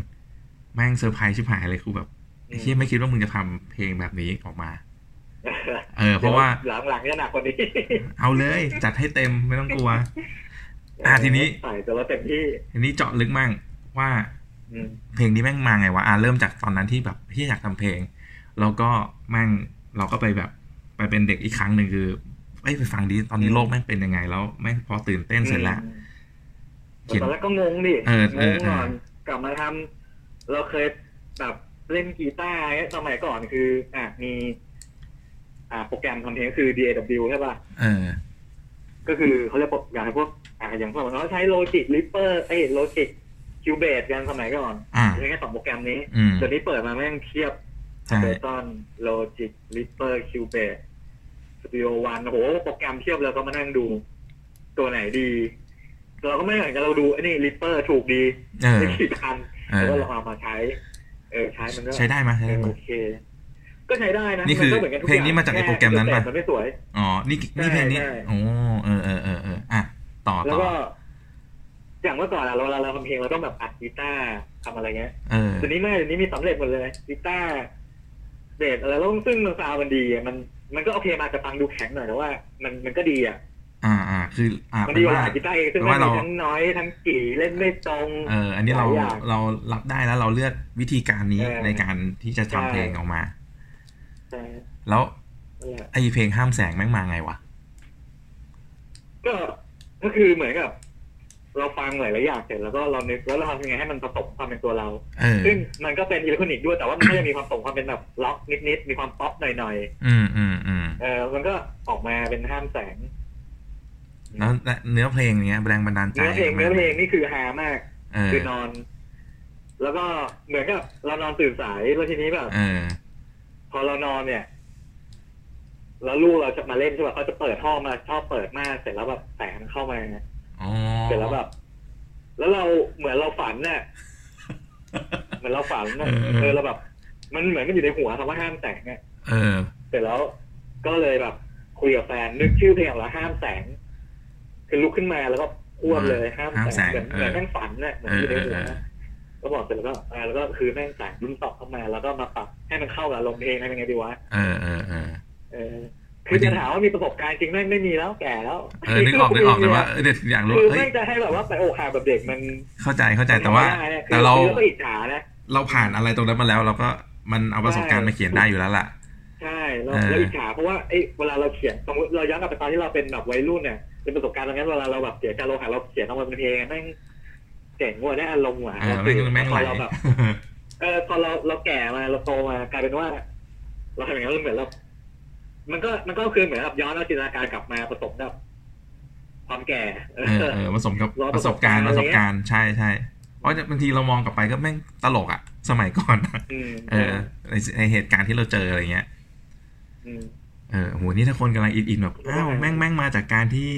Speaker 1: แม่งเซอร์ไพรส์ชิบหายเลยคือแบบไอ้เฮียไม่คิดว่ามึงจะทำเพลงแบบนี้ออกมา เออ เพราะว่า
Speaker 3: หลังหลังๆเนี่ยหนักกว่านี้
Speaker 1: เอาเลย จัดให้เต็มไม่ต้องกลัว อ่ะทีนี้
Speaker 3: ใส่แต่เราเต็มที่
Speaker 1: ทีนี้เจาะลึกมั่งว่า
Speaker 3: อืม
Speaker 1: เพลงนี้แม่งมาไงวะอ่ะเริ่มจากตอนนั้นที่แบบที่อยากทำเพลง แล้วก็แม่งเราก็ไปแบบไปเป็นเด็กอีกครั้งหนึ่งคือเอ้ยไปฟังดีตอนนี้โลกแม่งเป็นยังไงแล้วแม่งพอตื่นเต้นเสร็จแล้ว เขียน
Speaker 3: ตอนแรกก็งงดิ
Speaker 1: เออง เออง เออ
Speaker 3: ก่อนกลับมาทำเราเคยแบบเล่นกีตาร์เนี่ยสมัยก่อนคือ อ่ะมี อ่าโปรแกรมทำเพลงก็คือ DAW ใช่ป่ะ
Speaker 1: เออ
Speaker 3: ก็คือเขาเรียกว่าอย่างพวกอ่าอย่างพวกเขาใช้โลจิกลิปเปอร์เอ้โลจิกคิวเบสกันสมัยก่อน
Speaker 1: อ่า
Speaker 3: ใช้แค่สองโปรแกรมนี้
Speaker 1: อืม
Speaker 3: เดี๋ยวนี้เปิดมาแม่งเทียบ
Speaker 1: ใช่
Speaker 3: เบตอนโลจิกลิปเปอร์คิวเบสสตูดิโอวันโอ้โหโปรแกรมเทียบแล้วก็มานั่งดู ตัวไหนดี เราก็ไม่เหมือนกันเราดูไอ้นี่ลิปเปอร์ถูกดี
Speaker 1: เออ
Speaker 3: ไม่กี่พัน
Speaker 1: เออ
Speaker 3: แล้วก็เราเอามาใช้ เออใช้มันก็
Speaker 1: ใช้ได้ไหมยใช้
Speaker 3: เอ
Speaker 1: ได้
Speaker 3: อ
Speaker 1: ไหม
Speaker 3: โอย เค ก็ใช้ได้นะ
Speaker 1: นี่คือ
Speaker 3: มัก็หมืกัทุก
Speaker 1: เพลงนี้มาจากไอ้โปรแกรมนั้นปะ
Speaker 3: แต่มันไม่สวย
Speaker 1: อ๋อ นี่นี่เพลงนี้
Speaker 3: ใช่
Speaker 1: โอ้เออเออเออเอออ่ะ ต่อ
Speaker 3: แล้
Speaker 1: ต่
Speaker 3: ว
Speaker 1: อ
Speaker 3: ก็ อย่างเมื่อก่อนอะเราเวลาเราทำเพลงเราต้องแบบอัดกีตาร์ทำอะไรเงี้ย
Speaker 1: เออ
Speaker 3: เดี๋ยวนี้ไม่เดี๋ยวนี้มีสำเร็จหมดเลยกีตาร์เบสอะไรแล้วซึ่งซาวด์มันดีอะมัน มันก็โอเคมาจะฟังดูแข็งหน่อยแต่ว่า มันมันก็ดีอ่ะ
Speaker 1: อ่าอ่า คืออ่า
Speaker 3: มัน
Speaker 1: เป็
Speaker 3: ดี
Speaker 1: น
Speaker 3: กว่า
Speaker 1: ว่า
Speaker 3: หากีตาร์เองซึ่ง
Speaker 1: เป็น
Speaker 3: มัน
Speaker 1: ว่า
Speaker 3: มี
Speaker 1: เรา
Speaker 3: ทั้งน้อยทั้งกี่เล่นไม่ตรง
Speaker 1: เอออันนี้เรา
Speaker 3: หลายอย่าง
Speaker 1: เรารับได้แล้วเราเลือกวิธีการนี้
Speaker 3: เออ
Speaker 1: ในการที่จะทำ
Speaker 3: ใช่
Speaker 1: เพลงออกมา
Speaker 3: ใช่
Speaker 1: แล้ว
Speaker 3: นั่นแหละ
Speaker 1: ไอเพลงห้ามแสงแม่งมาไงวะ
Speaker 3: ก็ ก็คือเหมือนกับ เราฟังหลายๆอย่างเสร็จแล้วก็เรานึกแล้วเราทำยังไงให้มันผสมความเป็นตัวเรา
Speaker 1: เออ
Speaker 3: ซึ่งมันก็เป็นอิเล็กทรอนิกส์ด้วยแต่ว่ามันก็จะมีความผสมความเป็นแบบล็อกนิดๆมีความป๊อปหน่อย
Speaker 1: อืมอืมอืม
Speaker 3: ๆเออมันก็ออกมาเป็นห้ามแสง
Speaker 1: แล้วและเนื้อเพลงเนี้ยแรงบันดาลใจ
Speaker 3: เนื้อเพลง
Speaker 1: มั
Speaker 3: เนื้อเพลงนี่คือฮามาก
Speaker 1: เออ
Speaker 3: คือนอน แล้วก็เหมือนกับเรานอนตื่นสายแล้วทีนี้แบบ
Speaker 1: เออ
Speaker 3: พอเรานอนเนี่ย แล้วลูกเราจะมาเล่นใช่ป่ะเขาจะเปิดห้องมาชอบเปิดมากเสร็จแล้วแบบแสงมันเข้ามา
Speaker 1: อ๋อ
Speaker 3: เสร็จแล้วแบบ แล้วเราเหมือนเราฝันน่ะ เหมือนเราฝันน่ะเออเราแบบ มันเหมือนมันอยู่ในหัวคำว่าห้ามแสงเนี่ย
Speaker 1: เออ
Speaker 3: เสร็จแล้วก็เลยแบบคุยกับแฟนนึกชื่อเพลงแล้วห้ามแสง คือลุกขึ้นมาแล้วก็อ้วนเลยห้าม
Speaker 1: ห้ามแส
Speaker 3: แส
Speaker 1: ง
Speaker 3: งเหมือน
Speaker 1: เออ
Speaker 3: เหมือนแม่งฝันน่ะเหมือน
Speaker 1: เอ
Speaker 3: อ
Speaker 1: อยู่
Speaker 3: ใน
Speaker 1: เออเอ
Speaker 3: หัว
Speaker 1: อ
Speaker 3: น่ะก็บอกเสร็จแล้วก็อ่าแล้วก็คือแม่งแสงรุ่นตอบเข้ามาแล้วก็มาปรับให้มันเข้ากับลมณ์เพลงนั้นยังไงดีวะ
Speaker 1: เออเออเออ
Speaker 3: เออ คือจะถามว่ามีประสบการณ์จริงแม่งไม่มีแล้วแก่แล้ว
Speaker 1: เออนึกออกนึกออกเลยว่าเออเด็กอยากรู้
Speaker 3: คือ
Speaker 1: เอ้
Speaker 3: แม่
Speaker 1: ย
Speaker 3: งจะให้แบบว่าไปโอกหักแบบเด็กมัน
Speaker 1: เข้าใจเข้าใจแต่ว่า
Speaker 3: ไม่ได้นะคือ
Speaker 1: แต่เรา
Speaker 3: คือก็อิจฉานะ
Speaker 1: เราผ่านอะไรตรงนั้นมาแล้ว เราก็มันเอาประสบการณ์มาเขียนได้อยู่แล้วล่ะ
Speaker 3: ใช่เรา
Speaker 1: เออ
Speaker 3: เราอิจฉาเพราะว่าเอ้ยเวลาเราเขียนสมมติเราย้อนกลับไปตอนที่เราเป็นแบบวัยรุ่นเนี่ยเป็นประสบการณ์ตรงนั้นเวลาเราแบบเขียนการโลหะเราเขียนออกมาเป็นเพลงอะแม่งเจ๋งว่ะได้อารมณ์ว่ะ
Speaker 1: เออแม่งแม่ง
Speaker 3: พ
Speaker 1: ไหล
Speaker 3: อเราแบบเออพอเราเราแก่มาเราโตมากลายเป็นว่า เราทำอย่างนั้นเหมือนเรา มันก็มันก็คือเหมือนแบบย้อนเอาจินตนาการกลับมาผสมกับความแก่
Speaker 1: เออเออผสมกับประสบการณ์ประสบการณ์ใช่ใช่เพราะบางทีเรามองกลับไปก็แม่งตลกอ่ะ สมัยก่อนอะ
Speaker 3: อืม
Speaker 1: เออในในเหตุการณ์ที่เราเจออะไรเงี้ย
Speaker 3: ม
Speaker 1: เออโหนี่ถ้าคนกำลังอินอินแบบอ้าวแม่งแม่งมาจากการที่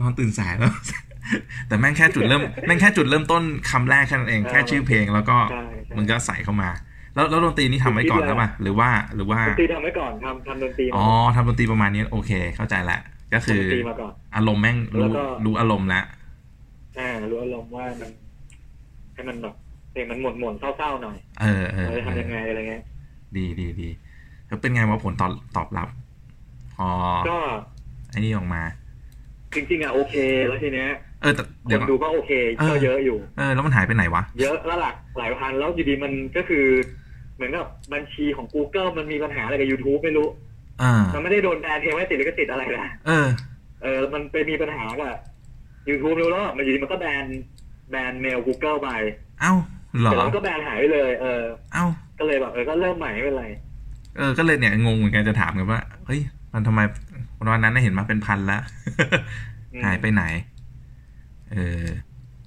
Speaker 1: นอนตื่นสายแล้ว แต่แม่งแค่จุดเริ่มแม่งแค่จุดเริ่มต้นคำแรกแค่นั้นเองแค่ชื่อเพลงแล้วก็
Speaker 3: ใช่ใช่
Speaker 1: มันก็ใส่เข้ามา แล้วแล้วดนตรีนี่ทำไว้ก่อนแล้วป่ะหรือว่าหรือว่า
Speaker 3: ดนตรีทำไว้ก่อนทำทำดนตรีมา
Speaker 1: อ๋อทำดนตรีประมาณนี้โอเค เข้าใจละก็คื
Speaker 3: ทำ
Speaker 1: อ
Speaker 3: ดนตรีมาก่อน
Speaker 1: อารมณ์แม่ง
Speaker 3: แล้ว
Speaker 1: รู้
Speaker 3: ก็
Speaker 1: รู้อารมณ์ละ
Speaker 3: อ่ารู้อารมณ์ว่ามันให้มันแบบเพลงมันหม่นหม่นๆเศร้าๆหน่อย
Speaker 1: เออเออ
Speaker 3: เรา
Speaker 1: เอ
Speaker 3: จะ
Speaker 1: อ
Speaker 3: ทำยังไงอะไรเงี้ย
Speaker 1: ดีดีดีแล้วเป็นไงว่าผลตอบตอบรับพอ
Speaker 3: ก็
Speaker 1: ไอ้นี่ออกมา
Speaker 3: จริงๆอ่ะโอเค แล้วทีเนี้ย
Speaker 1: เออแต่
Speaker 3: ค
Speaker 1: เดี๋ยวน ก่อน
Speaker 3: ดูก็โอเคก็เยอะอยู่
Speaker 1: เออแล้วมันหายไปไหนวะ
Speaker 3: เยอะแล้วหลักหลายพันแล้วอยู่ดีมันก็คือ เหมือนกับบัญชีของ Google มันมีปัญหาอะไรกับ YouTube ไม่รู้
Speaker 1: เอ่า
Speaker 3: มันไม่ได้โดนแบนเทไม่ติดหรือก็ติดอะไรนะ
Speaker 1: เออ
Speaker 3: เออมันไปมีปัญหากับ YouTube รู้แล้วมันอยู่ดีมันก็แบนแบนเมล Google ไป
Speaker 1: เอ้าเหรอ
Speaker 3: แต่แล้วมันก็แบนหายไปเลย เออ
Speaker 1: เอ้า
Speaker 3: ก็เลยแบบเออก็เริ่มใหม่ไม่เป็นไร
Speaker 1: เออก็เลยเนี่ยงงเหมือนกันจะถามกันว่าเฮ้ยมันทำไมวันนั้นน่ะเห็นมาเป็นพันละ
Speaker 3: อืม
Speaker 1: หายไปไหน เออ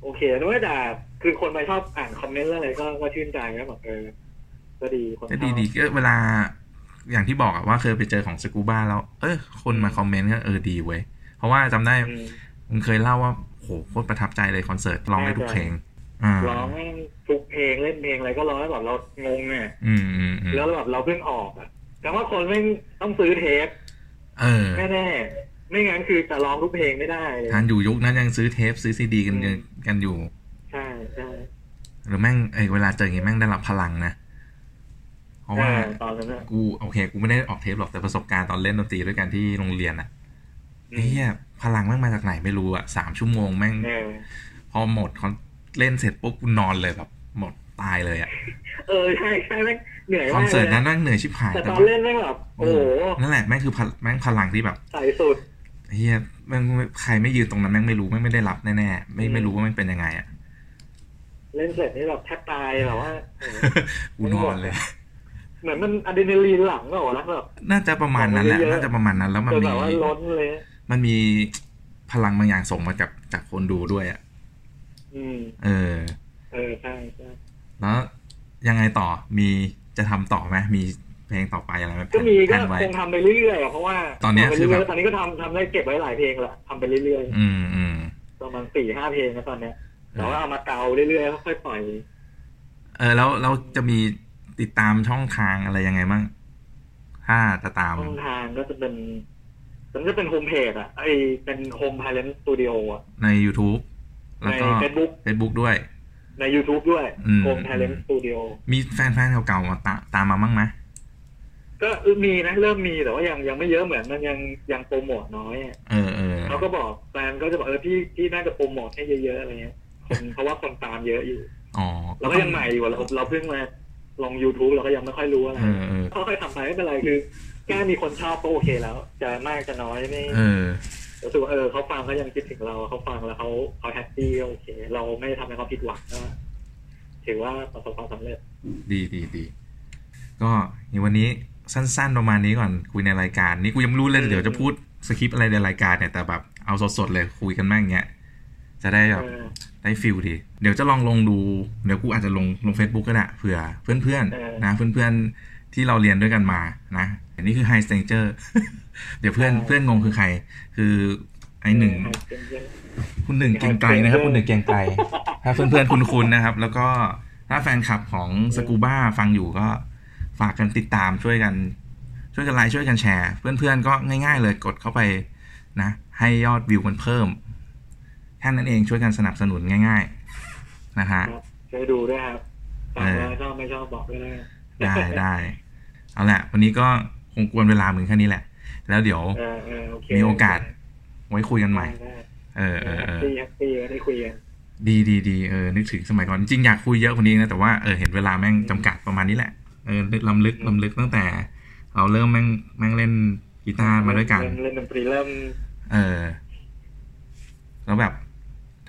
Speaker 3: โอเคด้วยแต่คือคนไปชอบอ่านคอมเมนต์แล้วอะไรก็ก็ชื่นใจก็แบบเออ ก็ดีคนช
Speaker 1: ก็
Speaker 3: อบ
Speaker 1: ดีดีก็เวลาอย่างที่บอกอะว่าเคยไปเจอของสกูบ้าแล้ว เออคนมาคอมเมนต์ก็เออดีเว้ย เพราะว่าจำได้
Speaker 3: อืม
Speaker 1: มึงเคยเล่าว่าโหโคตรประทับใจเลยคอนเสิร์ตร้องได้ทุก
Speaker 3: ใช่
Speaker 1: เพลงอ่า
Speaker 3: ร้องแม่งทุกเพลงเล่นเพลงอะไรก็ร้องแล้วแบบเรางงเนี่ย
Speaker 1: อืมอืมอืม
Speaker 3: แล้วแบบเราเพิ่งออกอ่ะแต่ว่าคนไม่งต้องซื้อเทป
Speaker 1: เออ
Speaker 3: แน่ๆไม่งั้นคือจะร้องทุกเพลงไม่ได้เลย
Speaker 1: ทานอยู่ยุคนั้นยังซื้อเทปซื้อซีดีกัน
Speaker 3: อืม
Speaker 1: กันอยู่
Speaker 3: ใช่ใช่
Speaker 1: หรือแม่งเอยเวลาเจออย่างงี้แม่งได้รับพลังนะ เพราะว่า
Speaker 3: ใช่ตอนนั้นนะ
Speaker 1: กูโอเค กูไม่ได้ออกเทปหรอกแต่ประสบการณ์ตอนเล่นดนตรีด้วยกันที่โรงเรียนอะ
Speaker 3: อืม
Speaker 1: เฮียพลังแม่งมาจากไหนไม่รู้อะสามชั่วโมงแม่ง
Speaker 3: เออ
Speaker 1: พอหมดคอนเล่นเสร็จปุ๊บกูนอนเลยแบบหมดตายเลยอะ
Speaker 3: เออใช่ใช่แม่งเหนื่อย
Speaker 1: คอ
Speaker 3: มาน ก
Speaker 1: เสิร์ต
Speaker 3: เลย
Speaker 1: นั้น
Speaker 3: นะ
Speaker 1: แม่งเหนื่อยชิบหาย
Speaker 3: แต่ตอน
Speaker 1: ว่า
Speaker 3: เล่นแม่งแบบโอ้โห
Speaker 1: นั่นแหละแม่งคือพลแม่งพลังที่แบบ
Speaker 3: ใสสุด
Speaker 1: เฮียแม่งไม่ใครไม่ยืนตรงนั้นแม่งไม่รู้แม่งไม่ได้รับแน่ๆไม่
Speaker 3: อืม
Speaker 1: ไม่รู้ว่าแม่งเป็นยังไงอะ
Speaker 3: เล่นเสร็จนี่แบบแทบตายแบบว่าโอ้โห
Speaker 1: กูนอนเลย
Speaker 3: เหมือนมันอะดรีนาลีนหลังเปล่าวะแล้วแบบ
Speaker 1: น่าจะประมาณนั้นแหละ
Speaker 3: เยอะๆ
Speaker 1: น่าจะประมาณนั้นแล้วมัน
Speaker 3: จน
Speaker 1: มี
Speaker 3: แบบว่าล้นเลยอะ
Speaker 1: มันมีพลังบางอย่างส่งมาจากจากคนดูด้วยอะ
Speaker 3: อืม
Speaker 1: เออ
Speaker 3: เออใช่ใช่
Speaker 1: แล้วยังไงต่อมีจะทำต่อไหมมีเพลงต่อไปอะไรไหมแผ
Speaker 3: ก็
Speaker 1: น
Speaker 3: มี
Speaker 1: แผ
Speaker 3: ก็
Speaker 1: นไว้
Speaker 3: คงทำไปเรื่อยๆอะเพราะว่า
Speaker 1: ตอนเนี้ย
Speaker 3: ทำไป
Speaker 1: คือ
Speaker 3: เรื่
Speaker 1: แบบ
Speaker 3: ยๆตอนนี้ก็ทำทำได้เก็บไว้หลายเพลงละทำไปเรื่อย
Speaker 1: อืมอืม
Speaker 3: ๆประมาณสี่ห้าเพลงนะตอนเนี้ยแต่ว่าเอามาเกาเรื่อยๆค่อยๆปล่อย
Speaker 1: เออแล้วเราจะมีติดตามช่องทางอะไรยังไงบ้างถ้าจะตาม
Speaker 3: ช่องทางก็จะเป็นมันก็เป็นโฮมเพจอะไอเป็นโฮมพาเลนสตูดิโออะ
Speaker 1: ใน YouTube แล้วก็
Speaker 3: ใน Facebook
Speaker 1: Facebook ด้วย
Speaker 3: ใน YouTube ด้วย
Speaker 1: อืม
Speaker 3: โฮมพาเลนสตูดิโอ
Speaker 1: มีแฟนๆเก่าๆมาตาตามมาบ้างไหม
Speaker 3: ก็มีนะเริ่มมีแต่ว่ายังยังไม่เยอะเหมือนมันยังยังโปรโมทน้อยอะ
Speaker 1: เออเออ
Speaker 3: เขาก็บอกแฟนก็จะบอกเออพี่พี่น่าจะโปรโมทให้เยอะๆอะไรเงี้ยคนเพราะว่าคนตามเยอะอยู่
Speaker 1: อ๋อ
Speaker 3: เราก็ยังใหม่อยู่อะเราเราเพิ่งมาลง YouTube เราก็ยังไม่ค่อยรู้อะไร
Speaker 1: เออเออ
Speaker 3: ค่อยๆทำไปไม่เป็นไรคือแค่มีคนชอบก็โอเคแล้ว จะมากจะน้อยไม่
Speaker 1: เออ
Speaker 3: รู้สึกว่าเออเขาฟังเขายังคิดถึงเราเขาฟังแล้วเขาเขาแฮปปี้ก็โอเค เราไม่ทำให้เขาผิดหวังก็ถือว่าประสบความสำเร็จ
Speaker 1: ดีดีดีก็อย่างวันนี้สั้นๆประมาณนี้ก่อนคุยในรายการ นี่กูยังไม่รู้เลย
Speaker 3: อืม
Speaker 1: เดี๋ยวจะพูดสคริปต์อะไรในรายการเนี่ยแต่แบบเอาสดๆเลยคุยกันบ้างเงี้ยจะได้แบบ
Speaker 3: เออ
Speaker 1: ได้ฟิลดี เดี๋ยวจะลองลงดูเดี๋ยวกูอาจจะลงลง Facebook ก็ได้เผื่อเพื่อนๆนะเพื่อนๆที่เราเรียนด้วยกันมานะอันนี้คือ High Stranger เดี๋ยวเพื่อนเพื่อนงงคือใคร คือไอหนึ่ง
Speaker 3: เป็นเรื่อง
Speaker 1: คุณหนึ่งเกรียงไกลนะครับ คุณหนึ่งเกรียงไกลถ้าเพื่อนๆคุณคุณนะครับ แล้วก็ถ้าแฟนคลับของสกูบ้าฟังอยู่ก็ฝากกันติดตามช่วยกัน ช่วยกันไลค์ช่วยกันแชร์ เพื่อนๆก็ง่ายๆเลยกดเข้าไปนะ ให้ยอดวิวมันเพิ่มแค่นั้นเองช่วยกันสนับสนุนง่าย ๆนะฮะ
Speaker 3: ครับช่วยดูด้วยครับฟังแล้วชอบไม่ชอบบอกด้วยนะ
Speaker 1: ได้ได้เอาละวันนี้ก็คงกวนเวลามึงแค่นี้แหละ แล้วเดี๋ยว
Speaker 3: เออเออโอเค
Speaker 1: มีโอกาสไว้คุยกันใหม่ เออเออ
Speaker 3: แฮ
Speaker 1: เออ
Speaker 3: ปปี้แฮปปี้ได้คุยกัน
Speaker 1: ดีดีดีเออนึกถึงสมัยก่อน จริงอยากคุยเยอะกว่านี้นะแต่ว่าเออเห็นเวลาแม่งจำกัดประมาณนี้แหละเออลำลึกลำลึกตั้งแต่ เราเริ่มแม่งแม่งเล่นกีตาร์มาด้วยกัน
Speaker 3: เล่เล่นดนตรีเริ่ม
Speaker 1: เออ แล้วแบบ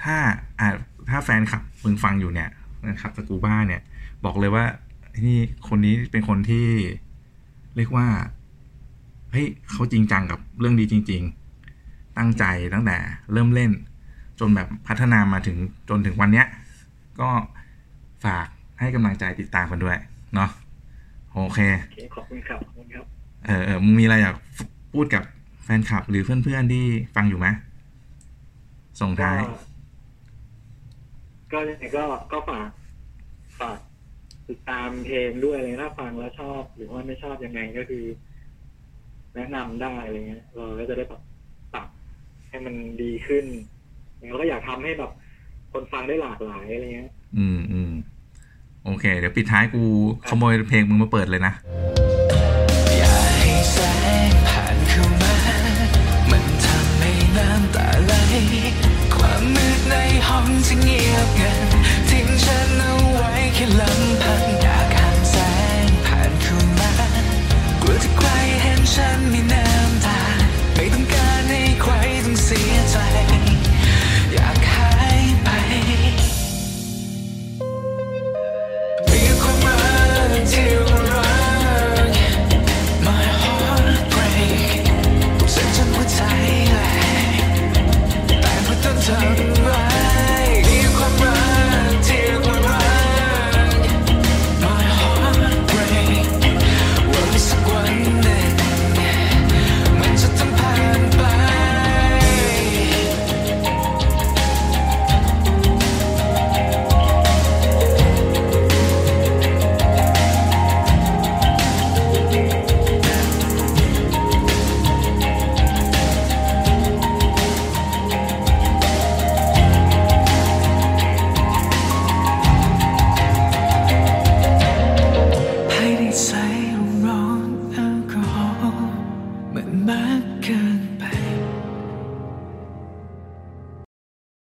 Speaker 1: ถ้าอ่าถ้าแฟนคลับมึงฟังอยู่เนี่ยนะครับสกูบ้าเนี่ย บอกเลยว่านี่คนนี้เป็นคนที่เรียกว่าเฮ้ยเขาจริงจังกับเรื่องดีจริง ๆ ตั้งใจตั้งแต่เริ่มเล่น จนแบบพัฒนามาถึงจนถึงวันเนี้ย ก็ฝากให้กำลังใจติดตามกันด้วยเนาะโอเค
Speaker 3: โอเคขอบคุณครับขอบคุณครับ
Speaker 1: เออเออมึงมีอะไรอยากพูดกับแฟนคลับหรือเพื่อนๆที่ฟังอยู่ไหมส่งท้าย
Speaker 3: ก็ยังไงก็ก็ฝากฝากติดตามเพลงด้วยเลยถ้าฟังแล้วชอบ หรือว่าไม่ชอบยังไงก็คือ แนะนำได้อะไรเงี้ยเราก็จะได้ปรับปรับให้มันดีขึ้นแล้วก็อยากทำให้แบบ คนฟังได้หลากหลายอะไรเงี้ย
Speaker 1: อืมอืมโอเค เดี๋ยวปิดท้ายกูขโมยเพลงมึงมาเปิดเลยนะ
Speaker 4: อย่าให้แสงผ่านเข้ามา มันทำให้น้ำตาไหล ความมืดในห้องจะเงียบงัน ทิ้งฉันเอาไว้แค่ลำพังอยากห่างแสงผ่านเข้ามากลัวจะใครเห็นฉันมีน้ำตา ไม่ต้องการให้ใครต้องเสียใจ อยากหายไป มีความรักที่รัก My heart break เส้นฉันหัวใจแหลกแต่เพราะต้นทาง